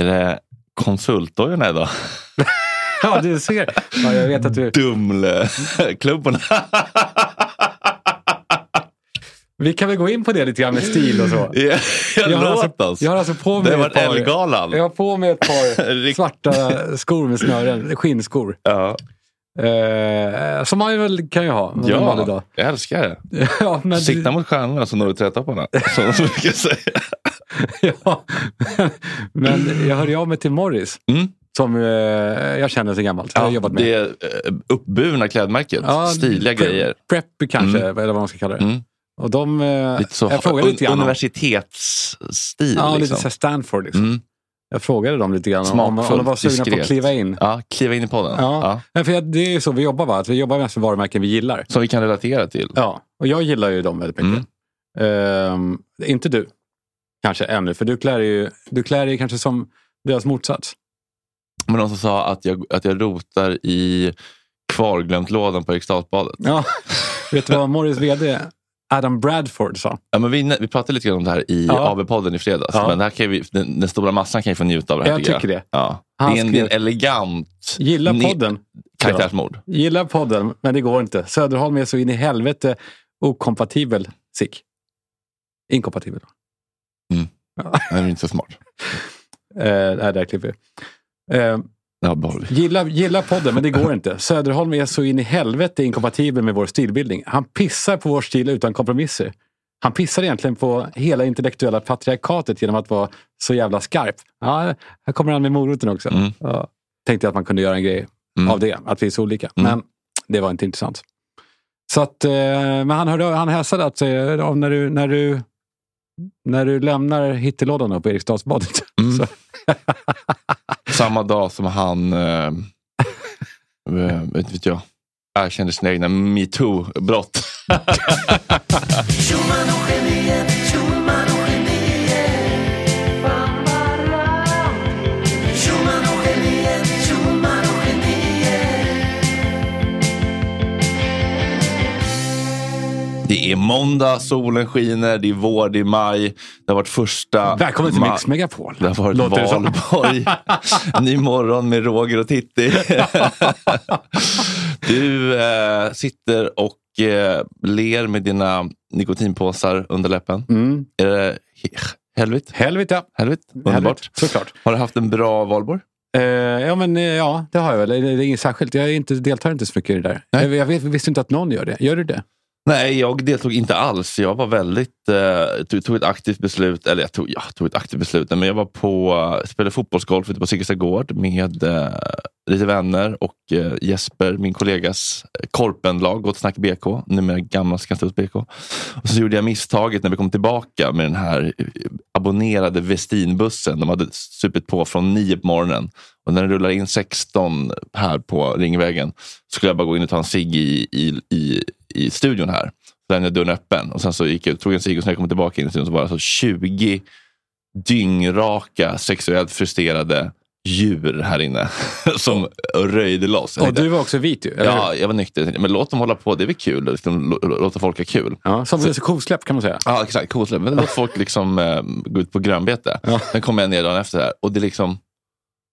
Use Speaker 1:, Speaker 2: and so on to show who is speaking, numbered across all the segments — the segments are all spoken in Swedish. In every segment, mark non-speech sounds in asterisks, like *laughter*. Speaker 1: Är det konsultdojan här då?
Speaker 2: Ja, du ser. Ja, jag vet att du...
Speaker 1: Dumleklubborna. *laughs*
Speaker 2: Vi kan väl gå in på det lite grann med stil
Speaker 1: *laughs*
Speaker 2: och så.
Speaker 1: jag jag
Speaker 2: har
Speaker 1: låt oss.
Speaker 2: alltså, jag har alltså på mig
Speaker 1: det var
Speaker 2: ett par,
Speaker 1: Ellegalan.
Speaker 2: Jag har på mig ett par
Speaker 1: *laughs* Rikt-
Speaker 2: svarta skor med snören. Skinnskor.
Speaker 1: Ja.
Speaker 2: Eh, som man väl kan ju ha. Ja. Normal idag.
Speaker 1: Ja, jag älskar det.
Speaker 2: *laughs* ja, men,
Speaker 1: Sikta mot stjärnorna så når du trätopparna. Så som jag säga.
Speaker 2: *laughs* ja. *laughs* men jag hörde av mig till Morris.
Speaker 1: Mm.
Speaker 2: Som eh, jag känner sedan gammalt. jag har jobbat med.
Speaker 1: Det är eh, uppburna klädmärket.
Speaker 2: Ja,
Speaker 1: Stiliga
Speaker 2: pre-
Speaker 1: grejer.
Speaker 2: Preppy kanske, eller vad man ska kalla det.
Speaker 1: Mm.
Speaker 2: Och de, eh,
Speaker 1: Lite så,
Speaker 2: jag frågade lite
Speaker 1: un-
Speaker 2: grann. om-
Speaker 1: universitetsstil.
Speaker 2: Ja, lite
Speaker 1: liksom.
Speaker 2: så här Stanford. Liksom.
Speaker 1: Mm.
Speaker 2: Jag frågade dem lite grann om, om
Speaker 1: Smakfullt,
Speaker 2: de var sugna på att
Speaker 1: diskret.
Speaker 2: kliva in.
Speaker 1: Ja, kliva in i podden.
Speaker 2: Ja.
Speaker 1: Ja.
Speaker 2: Nej, för jag, det är ju så vi jobbar, va? Att vi jobbar mest med varumärken vi gillar.
Speaker 1: Som vi kan relatera till.
Speaker 2: Ja, och jag gillar ju dem väldigt
Speaker 1: Mm.
Speaker 2: mycket. Ehm, inte du, kanske ännu, för du klär dig ju du klär dig kanske som deras motsats.
Speaker 1: Men någon som sa att jag, att jag rotar i kvarglömt lådan på Eriksdalsbadet.
Speaker 2: Ja. *laughs* Vet du vad Morris vd Adam Bradford sa?
Speaker 1: Ja, men vi, vi pratade lite grann om det här i
Speaker 2: Ja.
Speaker 1: AB-podden i fredags.
Speaker 2: Ja.
Speaker 1: Men det här kan vi, den, den stora massan kan ju få njuta av det här.
Speaker 2: Jag tycker det.
Speaker 1: Ja. Det
Speaker 2: Han
Speaker 1: är en, det är en
Speaker 2: skrev-
Speaker 1: elegant
Speaker 2: Gilla
Speaker 1: ne-
Speaker 2: podden. *laughs*
Speaker 1: karaktärsmord.
Speaker 2: Gilla podden, men det går inte. Söderholm är så in i helvete okompatibel sick. Inkompatibel.
Speaker 1: Det är inte så smart.
Speaker 2: Uh, nej, där klipper vi. Eh,
Speaker 1: Ja, behåller vi.
Speaker 2: Gilla, gilla podden, men det går inte. Söderholm är så in i helvete inkompatibel med vår stilbildning. Han pissar på vår stil utan kompromisser. Han pissar egentligen på hela intellektuella patriarkatet genom att vara så jävla skarp. Ja, här kommer han med moroten också.
Speaker 1: Mm.
Speaker 2: Ja, tänkte jag att man kunde göra en grej
Speaker 1: Mm.
Speaker 2: av det, att vi är så olika.
Speaker 1: Mm.
Speaker 2: Men det var inte intressant. Så att, eh, men han, hörde, han hälsade att eh, om när, du, när, du, när du lämnar hittelådan då på Eriksdalsbadet.
Speaker 1: Mm.
Speaker 2: *laughs* Så,
Speaker 1: Samma dag som han,
Speaker 2: *laughs*
Speaker 1: eh, eh, vet, vet jag, erkände sina egna metoo-brott. Det är måndag, solen skiner, det är vår, det är maj. Det har varit första
Speaker 2: välkommen till
Speaker 1: ma-
Speaker 2: Mix Megapol.
Speaker 1: Det har varit
Speaker 2: Låter det som. *laughs*
Speaker 1: valborg. Ny morgon med Roger och Titti. *laughs* du eh, sitter och eh, ler med dina nikotinpåsar under läppen.
Speaker 2: Mm.
Speaker 1: Är det he- helvete?
Speaker 2: Helvete.
Speaker 1: Helvete? Underbart.
Speaker 2: Härligt, såklart.
Speaker 1: Har du haft en bra valborg?
Speaker 2: Eh, ja, men, eh, ja, det har jag väl. Det det är inget särskilt. Jag är inte, deltar inte så mycket i det där.
Speaker 1: Nej.
Speaker 2: Jag, jag vet- visste inte att någon gör det. Gör du det?
Speaker 1: Nej, jag deltog inte alls. Jag var väldigt, eh, tog, tog ett aktivt beslut, eller jag tog, ja, tog ett aktivt beslut, men jag var på, eh, spelade fotbollsgolf ute på Sickesta Gård med eh, lite vänner och eh, Jesper, min kollegas eh, korpenlag, Gott Snack BK, numera gamla Skanstuls BK. Och så gjorde jag misstaget när vi kom tillbaka med den här eh, abonnerade Vestinbussen. De hade supit på från nio på morgonen och när den rullar in 16 här på Ringvägen så skulle jag bara gå in och ta en cigg i, i, i, i studion här. Så lämnade jag dörren öppen och sen så gick jag ut, tog en cigg och sen när jag kom tillbaka in i studion så var det alltså 20 dyngraka sexuellt frustrerade djur här inne *laughs* som röjde loss. Jag
Speaker 2: Och
Speaker 1: tänkte,
Speaker 2: du var också vit ju, eller hur?
Speaker 1: ja, jag var nykter. Jag tänkte, Men låt dem hålla på, det är väl kul. Liksom, lå- Låta folk ha kul.
Speaker 2: ja. Som så... kosläpp kan man säga.
Speaker 1: Ja, exakt. Coolt. Men låt folk liksom, eh, gå ut på grönbete.
Speaker 2: Ja.
Speaker 1: Sen kom jag ner dagen efter här och det är liksom,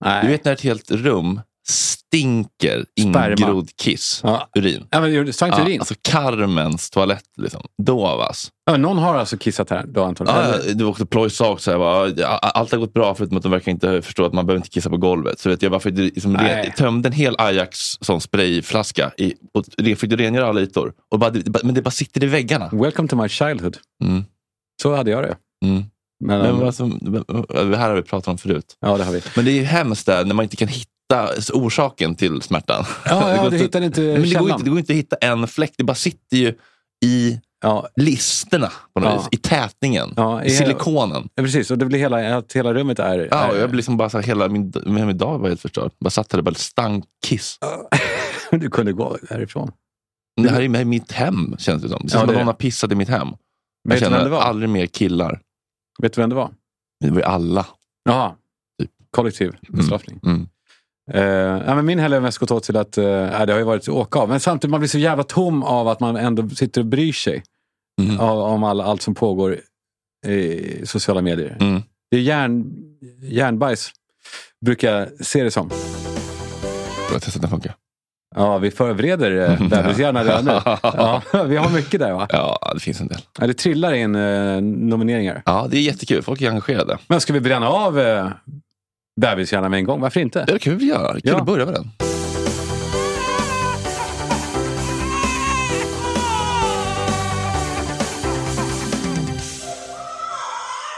Speaker 2: Nej.
Speaker 1: du vet när ett helt rum stinker
Speaker 2: Sperma.
Speaker 1: ingrodd kiss.
Speaker 2: Ja.
Speaker 1: Urin.
Speaker 2: Ja, men det gjorde Sankt
Speaker 1: Ja,
Speaker 2: Urin.
Speaker 1: alltså Carmens toalett. Liksom. Dovas.
Speaker 2: Ja, någon har alltså kissat här då antagligen.
Speaker 1: Ja,
Speaker 2: Eller-
Speaker 1: det var också Ploy sa också, jag bara, "Ja, allt har gått bra förutom att de verkar inte förstå att man behöver inte kissa på golvet. Så vet jag bara fick, liksom,
Speaker 2: Nej.
Speaker 1: re, tömde en hel Ajax sån sprayflaska i, och re, fick rengöra alla ytor. Och bara, det- men det bara sitter i väggarna.
Speaker 2: Welcome to my childhood.
Speaker 1: Mm,
Speaker 2: Så hade jag det.
Speaker 1: mm.
Speaker 2: Men,
Speaker 1: Men vad som- det här har vi pratat om förut.
Speaker 2: ja, det har vi.
Speaker 1: Men det är ju hemskt där när man inte kan hitta orsaken till smärtan. *laughs*
Speaker 2: Ja, ja
Speaker 1: går
Speaker 2: du
Speaker 1: inte-
Speaker 2: hittade inte
Speaker 1: Nej, men det, går
Speaker 2: källan.
Speaker 1: inte, det går inte att hitta en fläck. Det bara sitter ju i
Speaker 2: Ja,
Speaker 1: listerna på något
Speaker 2: Ja.
Speaker 1: vis. I tätningen.
Speaker 2: Ja,
Speaker 1: I
Speaker 2: i-
Speaker 1: silikonen.
Speaker 2: ja, precis. Och det blir hela, att hela rummet är...
Speaker 1: Ja,
Speaker 2: är-
Speaker 1: och jag blir liksom bara så här, hela min, hela min dag var helt förstörd. Bara satt här och bara stank kiss.
Speaker 2: *laughs* Du kunde gå därifrån.
Speaker 1: Det här är med mitt hem känns det som. Det känns som
Speaker 2: Ja, det
Speaker 1: att
Speaker 2: är
Speaker 1: någon
Speaker 2: det.
Speaker 1: har pissat i mitt hem. Jag
Speaker 2: Vet du vem det
Speaker 1: känner
Speaker 2: var?
Speaker 1: aldrig mer killar.
Speaker 2: Vet du vem det var?
Speaker 1: Det var ju alla.
Speaker 2: Jaha.
Speaker 1: Typ.
Speaker 2: Kollektiv bestraffning.
Speaker 1: Mm.
Speaker 2: Eh, ja, men min helg har mest gått åt till att eh, ja, det har ju varit att åka av. Men samtidigt, man blir så jävla tom av att man ändå sitter och bryr sig
Speaker 1: Mm.
Speaker 2: av, om all, allt som pågår i sociala medier.
Speaker 1: Mm.
Speaker 2: Det är järn, järnbajs, brukar jag se det som.
Speaker 1: Får jag testa att den funkar?
Speaker 2: Ja, vi
Speaker 1: *laughs*
Speaker 2: förbereder eh, bebishjärna redan nu. Ja, vi har mycket där va?
Speaker 1: Ja, det finns en del.
Speaker 2: Ja, det trillar in eh, nomineringar.
Speaker 1: Ja, det är jättekul. Folk är engagerade.
Speaker 2: Men ska vi bränna av eh, bebishjärnan med en gång? Varför inte?
Speaker 1: Ja, Det kan vi göra. Kul
Speaker 2: Ja.
Speaker 1: att börja med den.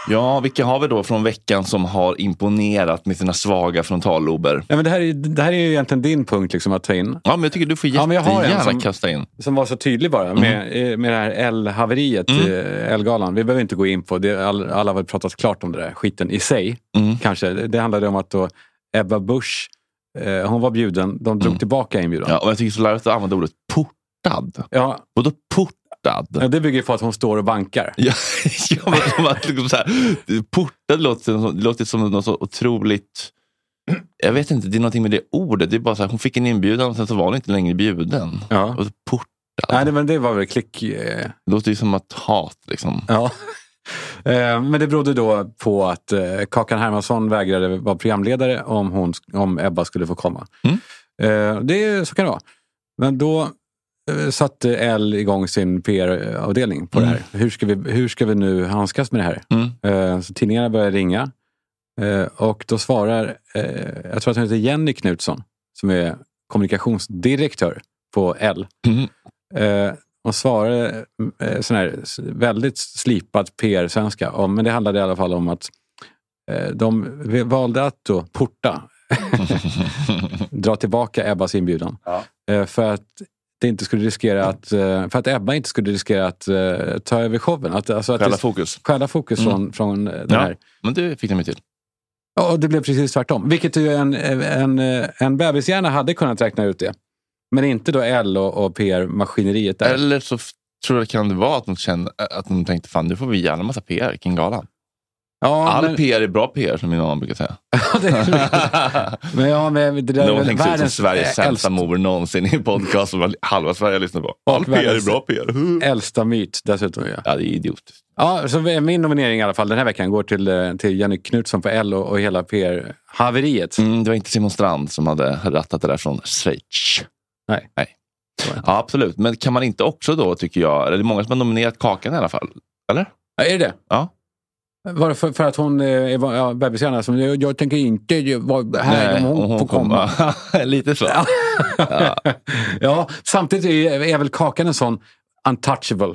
Speaker 1: Ja, vilka har vi då från veckan som har imponerat med sina svaga frontallober?
Speaker 2: Ja, men det, här är, det här är ju egentligen din punkt liksom, att ta in.
Speaker 1: Ja, men jag tycker du får
Speaker 2: Ja, men jag har en
Speaker 1: jättegärna
Speaker 2: som-
Speaker 1: kasta in.
Speaker 2: Som var så tydlig bara med, eh, med det här L-haveriet,
Speaker 1: Mm.
Speaker 2: eh, L-galan. Vi behöver inte gå in på det. All, alla har väl pratat klart om det där skiten i sig.
Speaker 1: Mm.
Speaker 2: Kanske. Det det handlade om att då Ebba Busch, eh, hon var bjuden. De drog tillbaka inbjudan.
Speaker 1: Mm. Ja, och jag tycker så larvigt att använda ordet portad.
Speaker 2: Ja.
Speaker 1: Vadå portad?
Speaker 2: ja, det bygger på att hon står och bankar.
Speaker 1: Ja, *laughs* ja men som att liksom så här, portad låter, som- det låter som något så otroligt... Jag vet inte, det är någonting med det ordet. Det är bara så här, hon fick en inbjudan och sen så var hon inte längre bjuden.
Speaker 2: Ja.
Speaker 1: Och så portad.
Speaker 2: Nej, det- men det var väl klick... Eh,
Speaker 1: Det låter ju som att hat liksom.
Speaker 2: ja. Eh, Men det berodde då på att eh, Kakan Hermansson vägrade vara programledare om, hon, om Ebba skulle få komma.
Speaker 1: Mm.
Speaker 2: Eh, Det är, så kan det vara. Men då eh, satte L igång sin PR-avdelning på det här. Hur ska, vi, hur ska vi nu handskas med det här?
Speaker 1: Mm.
Speaker 2: Eh, Så tidningarna började ringa. Eh, Och då svarar, eh, jag tror att hon heter Jenny Knutsson, som är kommunikationsdirektör på L.
Speaker 1: Mm.
Speaker 2: Eh, Hon svarade eh, sån här s- väldigt slipad PR-svenska. om- Men det handlade i alla fall om att eh, de v- valde att då porta, dra tillbaka Ebbas inbjudan. Eh, För att det inte skulle riskera att, eh, för att Ebba inte skulle riskera att eh, ta över showen. Att, alltså att
Speaker 1: Själva
Speaker 2: det-
Speaker 1: fokus.
Speaker 2: stjäla fokus
Speaker 1: Mm.
Speaker 2: från, från eh, det
Speaker 1: Ja,
Speaker 2: här.
Speaker 1: men det fick de ju till.
Speaker 2: Ja, Och det blev precis tvärtom. Vilket ju en, eh, en, en bebishjärna hade kunnat räkna ut det. Men inte då L och, och PR-maskineriet där.
Speaker 1: Eller så f- tror jag kan det vara att de, kände, att de tänkte fan nu får vi gärna massa PR kring galan.
Speaker 2: ja,
Speaker 1: All
Speaker 2: men,
Speaker 1: PR är bra PR som min mamma brukar säga.
Speaker 2: *laughs* Ja, det är
Speaker 1: *laughs*
Speaker 2: riktigt. men, ja, men *laughs* det där är
Speaker 1: Någon
Speaker 2: väl
Speaker 1: hängs ut som
Speaker 2: världens eh,
Speaker 1: Sveriges sämsta
Speaker 2: äldsta,
Speaker 1: mor någonsin i en podcast som halva Sverige lyssnar på. All
Speaker 2: Och
Speaker 1: PR är
Speaker 2: världens-
Speaker 1: bra PR.
Speaker 2: *laughs* äldsta myt dessutom. Ja.
Speaker 1: Ja, det är idiotiskt.
Speaker 2: Ja, så min nominering i alla fall den här veckan går till, eh, till Jenny Knutsson på L och, och hela PR-haveriet.
Speaker 1: Mm, det var inte Simon Strand som hade rattat det där från Schweiz.
Speaker 2: Nej.
Speaker 1: Nej.
Speaker 2: var det
Speaker 1: Ja, absolut, men kan man inte också då, tycker jag, eller det är många som har nominerat Kakan i alla fall. Eller?
Speaker 2: Ja, är det det?
Speaker 1: Ja.
Speaker 2: Var det för, för att hon eh, är ja, bebishjärna som jag, jag tänker inte vara här om hon, får komma.
Speaker 1: komma. *laughs* Lite så.
Speaker 2: *laughs* Ja, samtidigt är, är väl Kakan en sån untouchable.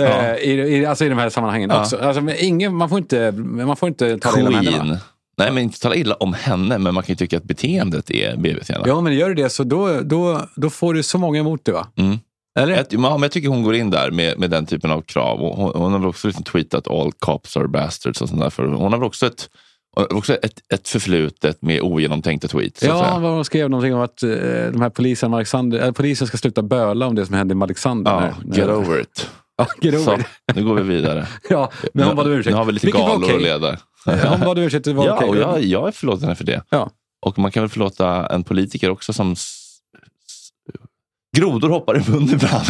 Speaker 1: Ja.
Speaker 2: Eh, I, i, alltså i de här sammanhangen
Speaker 1: Ja.
Speaker 2: också. Alltså, men ingen, man, får inte, man får inte ta det illa med händerna.
Speaker 1: Queen. Nej, men inte tala illa om henne, men man kan ju tycka att beteendet är bebis gärna.
Speaker 2: Ja, men gör du det så då, då, då får du så många emot dig va?
Speaker 1: Mm.
Speaker 2: Eller?
Speaker 1: Jag, ja, men jag tycker hon går in där med, med den typen av krav. Och hon, hon har väl också liksom tweetat all cops are bastards och sånt där. För hon har väl också ett, också ett, ett förflutet med ogenomtänkta tweets. så att
Speaker 2: ja,
Speaker 1: säga.
Speaker 2: vad de skrev någonting om att eh, de här polisen, Alexander, eh, polisen ska sluta böla om det som hände med Alexander.
Speaker 1: ja
Speaker 2: när- när-
Speaker 1: get over it.
Speaker 2: *laughs* Ja, get over
Speaker 1: Så,
Speaker 2: it.
Speaker 1: nu går vi vidare.
Speaker 2: *laughs* Ja, *laughs* men hon bad om ursäkt.
Speaker 1: Nu har vi lite
Speaker 2: Vilket var
Speaker 1: galor
Speaker 2: okej.
Speaker 1: att leda.
Speaker 2: Hon bad om ursäkt, det
Speaker 1: *laughs*
Speaker 2: var
Speaker 1: Ja,
Speaker 2: okej.
Speaker 1: och jag, jag är förlåten henne för det.
Speaker 2: Ja.
Speaker 1: Och man kan väl förlåta en politiker också som s- s- Grodor hoppar i munnen ibland.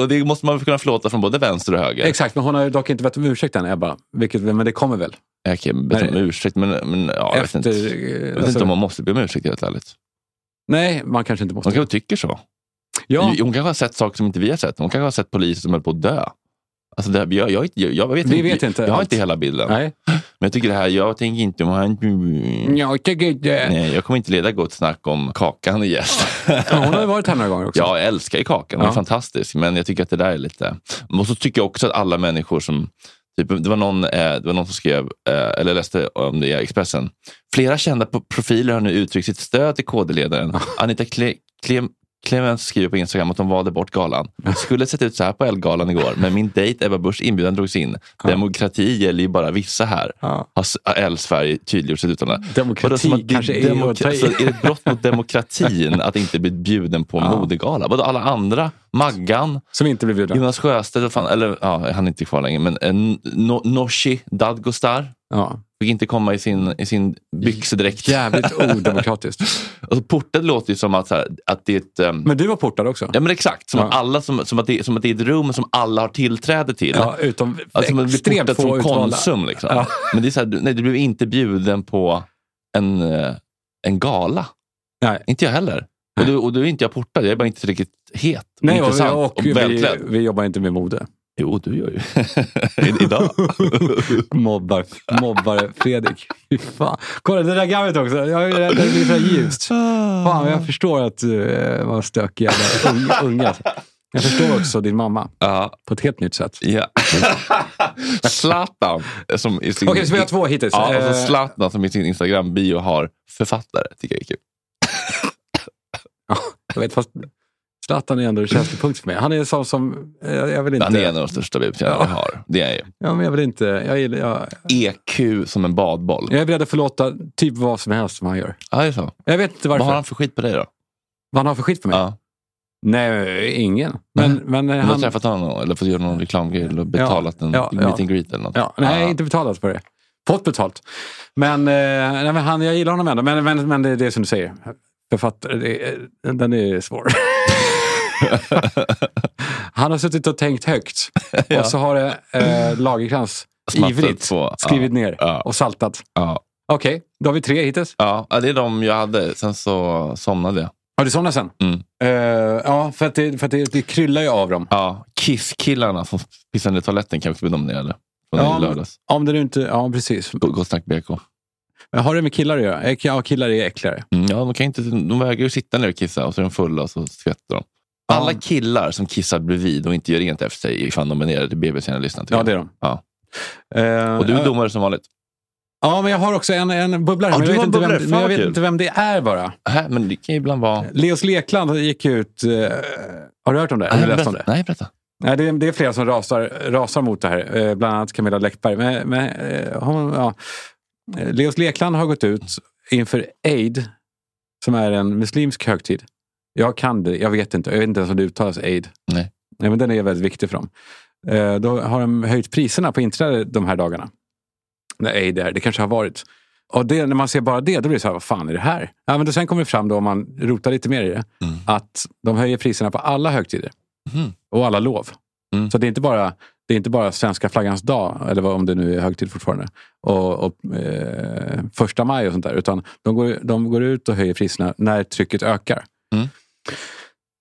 Speaker 1: *laughs* och det måste man väl kunna förlåta från både vänster och höger.
Speaker 2: Exakt, men hon har ju dock inte bett om ursäkt än, Ebba. Vilket, men det kommer väl?
Speaker 1: Jag kan be om
Speaker 2: Nej.
Speaker 1: ursäkt, men, men ja, jag vet
Speaker 2: efter...
Speaker 1: inte. Jag vet
Speaker 2: alltså-
Speaker 1: inte om man måste be om ursäkt helt ärligt.
Speaker 2: Nej, man kanske inte måste.
Speaker 1: De kanske tycker så.
Speaker 2: Ja,
Speaker 1: Hon kanske har sett saker som inte vi har sett. Hon kanske har sett poliser som höll på att dö. Alltså det, här- jag, jag, jag, jag vet
Speaker 2: Vi
Speaker 1: inte.
Speaker 2: vet inte
Speaker 1: jag har
Speaker 2: allt.
Speaker 1: inte hela bilden.
Speaker 2: nej.
Speaker 1: Men jag tycker det här, jag tänker inte om han...
Speaker 2: Jag tycker inte...
Speaker 1: Nej, jag kommer inte leda gott snack om Kakan i gäst.
Speaker 2: Ja, Hon har ju varit här några gånger också.
Speaker 1: Jag älskar ju Kakan, hon är
Speaker 2: Ja.
Speaker 1: fantastisk. Men jag tycker att det där är lite... Och så tycker jag också att alla människor som... Typ, det, var någon, eh, det var någon som skrev, eh, eller läste om det i Expressen. Flera kända po- profiler har nu uttryckt sitt stöd till
Speaker 2: *laughs*
Speaker 1: KD-ledaren. Anita Cle- Clem- Clemens skriver på Instagram att de valde bort galan. Skulle sett ut så här på Ellegalan igår, men min dejt Ebba Buschs inbjudan drogs
Speaker 2: *laughs*
Speaker 1: in. Demokrati gäller ju bara vissa här.
Speaker 2: Ja.
Speaker 1: Har s- har Elle Sverige tydliggjort sitt uttalande.
Speaker 2: Demokrati
Speaker 1: Vadå, som att det
Speaker 2: kanske är att ta i.
Speaker 1: så är det ett brott mot demokratin att inte bli bjuden på en modegala? Vadå, alla andra? Maggan,
Speaker 2: Som inte blev bjuden.
Speaker 1: Jonas Sjöstedt, vad fan, eller ja, han är inte kvar längre, men eh, no, Nooshi Dadgostar
Speaker 2: Ja.
Speaker 1: fick inte komma i sin, i sin byxdräkt. *laughs*
Speaker 2: Jävligt odemokratiskt.
Speaker 1: Alltså, portad låter ju som att, så här, att det är ett... ehm,
Speaker 2: Men du var portad också.
Speaker 1: Ja men exakt, som,
Speaker 2: Ja.
Speaker 1: att alla, som, som, att det, som att det är ett rum som alla har tillträde till.
Speaker 2: Ja, utom
Speaker 1: Alltså man blir
Speaker 2: extremt
Speaker 1: portad
Speaker 2: få
Speaker 1: från
Speaker 2: utvalda.
Speaker 1: Konsum. Liksom.
Speaker 2: Ja.
Speaker 1: Men det är så här, du- nej, du blev inte bjuden på en, eh, en gala.
Speaker 2: Nej.
Speaker 1: Inte jag heller. Och då, och då är inte jag portad, jag är bara inte tillräckligt het. och
Speaker 2: Nej, och,
Speaker 1: intressant
Speaker 2: och,
Speaker 1: och
Speaker 2: vi,
Speaker 1: välklädd.
Speaker 2: vi jobbar inte med mode.
Speaker 1: Jo, du gör ju. *laughs* I- Idag.
Speaker 2: Mobbar, mobbar Fredrik. Fy fan. Kolla det där garvet också. Jag är rädd att det blir så här ljust. Fan, men jag förstår att du eh, var stökig jävla unga. unga. Jag förstår också din mamma
Speaker 1: Ja,
Speaker 2: på ett helt nytt sätt. *laughs*
Speaker 1: ja. Zlatan. som i sin-
Speaker 2: Okej, så vi har två hittills.
Speaker 1: Ja, och så
Speaker 2: Eh,
Speaker 1: Zlatan som i sin Instagram-bio har författare. tycker jag är kul.
Speaker 2: jag vet, fast Zlatan är ändå en känslig punkt för mig. Han är en sån som... eh, Jag vill
Speaker 1: Han är
Speaker 2: inte...
Speaker 1: en av de största bibeltjänarna vi har. Det är ju.
Speaker 2: Ja, men jag vill inte... Jag, gillar- jag,
Speaker 1: EQ som en badboll.
Speaker 2: jag är beredd att förlåta typ vad som helst som han gör.
Speaker 1: Ja, det är så.
Speaker 2: Jag vet inte varför.
Speaker 1: Vad har han för skit på dig då?
Speaker 2: vad han har för skit för mig?
Speaker 1: Ja.
Speaker 2: Nej, ingen. Men, men
Speaker 1: Du har
Speaker 2: han...
Speaker 1: träffat honom någon, eller fått göra någon reklamgrej eller betalat en
Speaker 2: ja,
Speaker 1: meet
Speaker 2: ja.
Speaker 1: and greet eller något?
Speaker 2: Ja, nej,
Speaker 1: Ah.
Speaker 2: inte betalat för det. Fått betalt. Men, eh, nej, men han, jag gillar honom ändå. Men, men, men det är det som du säger. Författare, det, är- den är svår. *laughs* han har suttit och
Speaker 1: *laughs*
Speaker 2: tänkt högt. Och så har det eh, Lagercrantz
Speaker 1: Smattat
Speaker 2: ivrigt
Speaker 1: på, ja.
Speaker 2: skrivit ner
Speaker 1: Ja.
Speaker 2: och saltat.
Speaker 1: Ja.
Speaker 2: Okej, då har vi tre hittills.
Speaker 1: Ja, ja, det är de jag hade. Sen så somnade jag.
Speaker 2: Har du somnat sen?
Speaker 1: Mm.
Speaker 2: Eh, ja, för att, det, för att det, det kryllar ju av dem.
Speaker 1: Ja, Kiss-killarna som pissade ner toaletten kanske blir nominerade. Från
Speaker 2: Ja,
Speaker 1: i lördags.
Speaker 2: Om det nu inte... Ja, precis.
Speaker 1: Gå- Gott snack BK.
Speaker 2: Men har det med killar att göra? Eh, Ja, killar är äckligare.
Speaker 1: Mm, ja, de, kan inte, de vägrar ju sitta ner och kissa och så är de fulla och så skvätter de. Alla
Speaker 2: Ja.
Speaker 1: killar som kissar bredvid och inte gör rent efter sig är fan nominerade till BBC när jag lyssnar. tycker
Speaker 2: Ja,
Speaker 1: jag.
Speaker 2: det är de.
Speaker 1: Ja.
Speaker 2: Eh,
Speaker 1: Och du
Speaker 2: ja.
Speaker 1: är domare som vanligt.
Speaker 2: Ja, men jag har också en, en bubblare.
Speaker 1: Ja,
Speaker 2: men
Speaker 1: du
Speaker 2: jag vet,
Speaker 1: har en bubblare.
Speaker 2: inte
Speaker 1: Fan,
Speaker 2: vem, men jag
Speaker 1: vad
Speaker 2: vet
Speaker 1: kul.
Speaker 2: inte vem det är bara.
Speaker 1: Äh, men det kan ju ibland vara...
Speaker 2: Leos Lekland gick ut... eh, har du hört om det? Eller läst om det?
Speaker 1: Nej, berätta.
Speaker 2: Nej, det, är, det är flera som rasar, rasar mot det här. eh, Bland annat Camilla Läckberg. Men, men, eh, hon, ja. Eh, Leos Lekland har gått ut inför Eid, som är en muslimsk högtid. Jag kan det, jag vet inte. Jag vet inte ens om det uttalas Eid.
Speaker 1: Nej.
Speaker 2: Nej, men den är väldigt viktig för dem. Eh, Då har de höjt priserna på inträde de här dagarna. När Eid är, det kanske har varit. Och det, när man ser bara det, då blir det så här, vad fan är det här? Ja, men då sen kommer det fram, då, om man rotar lite mer i det, att de höjer priserna på alla högtider
Speaker 1: Mhm.
Speaker 2: och alla lov.
Speaker 1: Mm.
Speaker 2: Så det är, inte bara, det är inte bara svenska flaggans dag, eller vad, om det nu är högtid fortfarande, och, och eh, första maj och sånt där, utan de går, de går ut och höjer priserna när trycket ökar.
Speaker 1: Mm.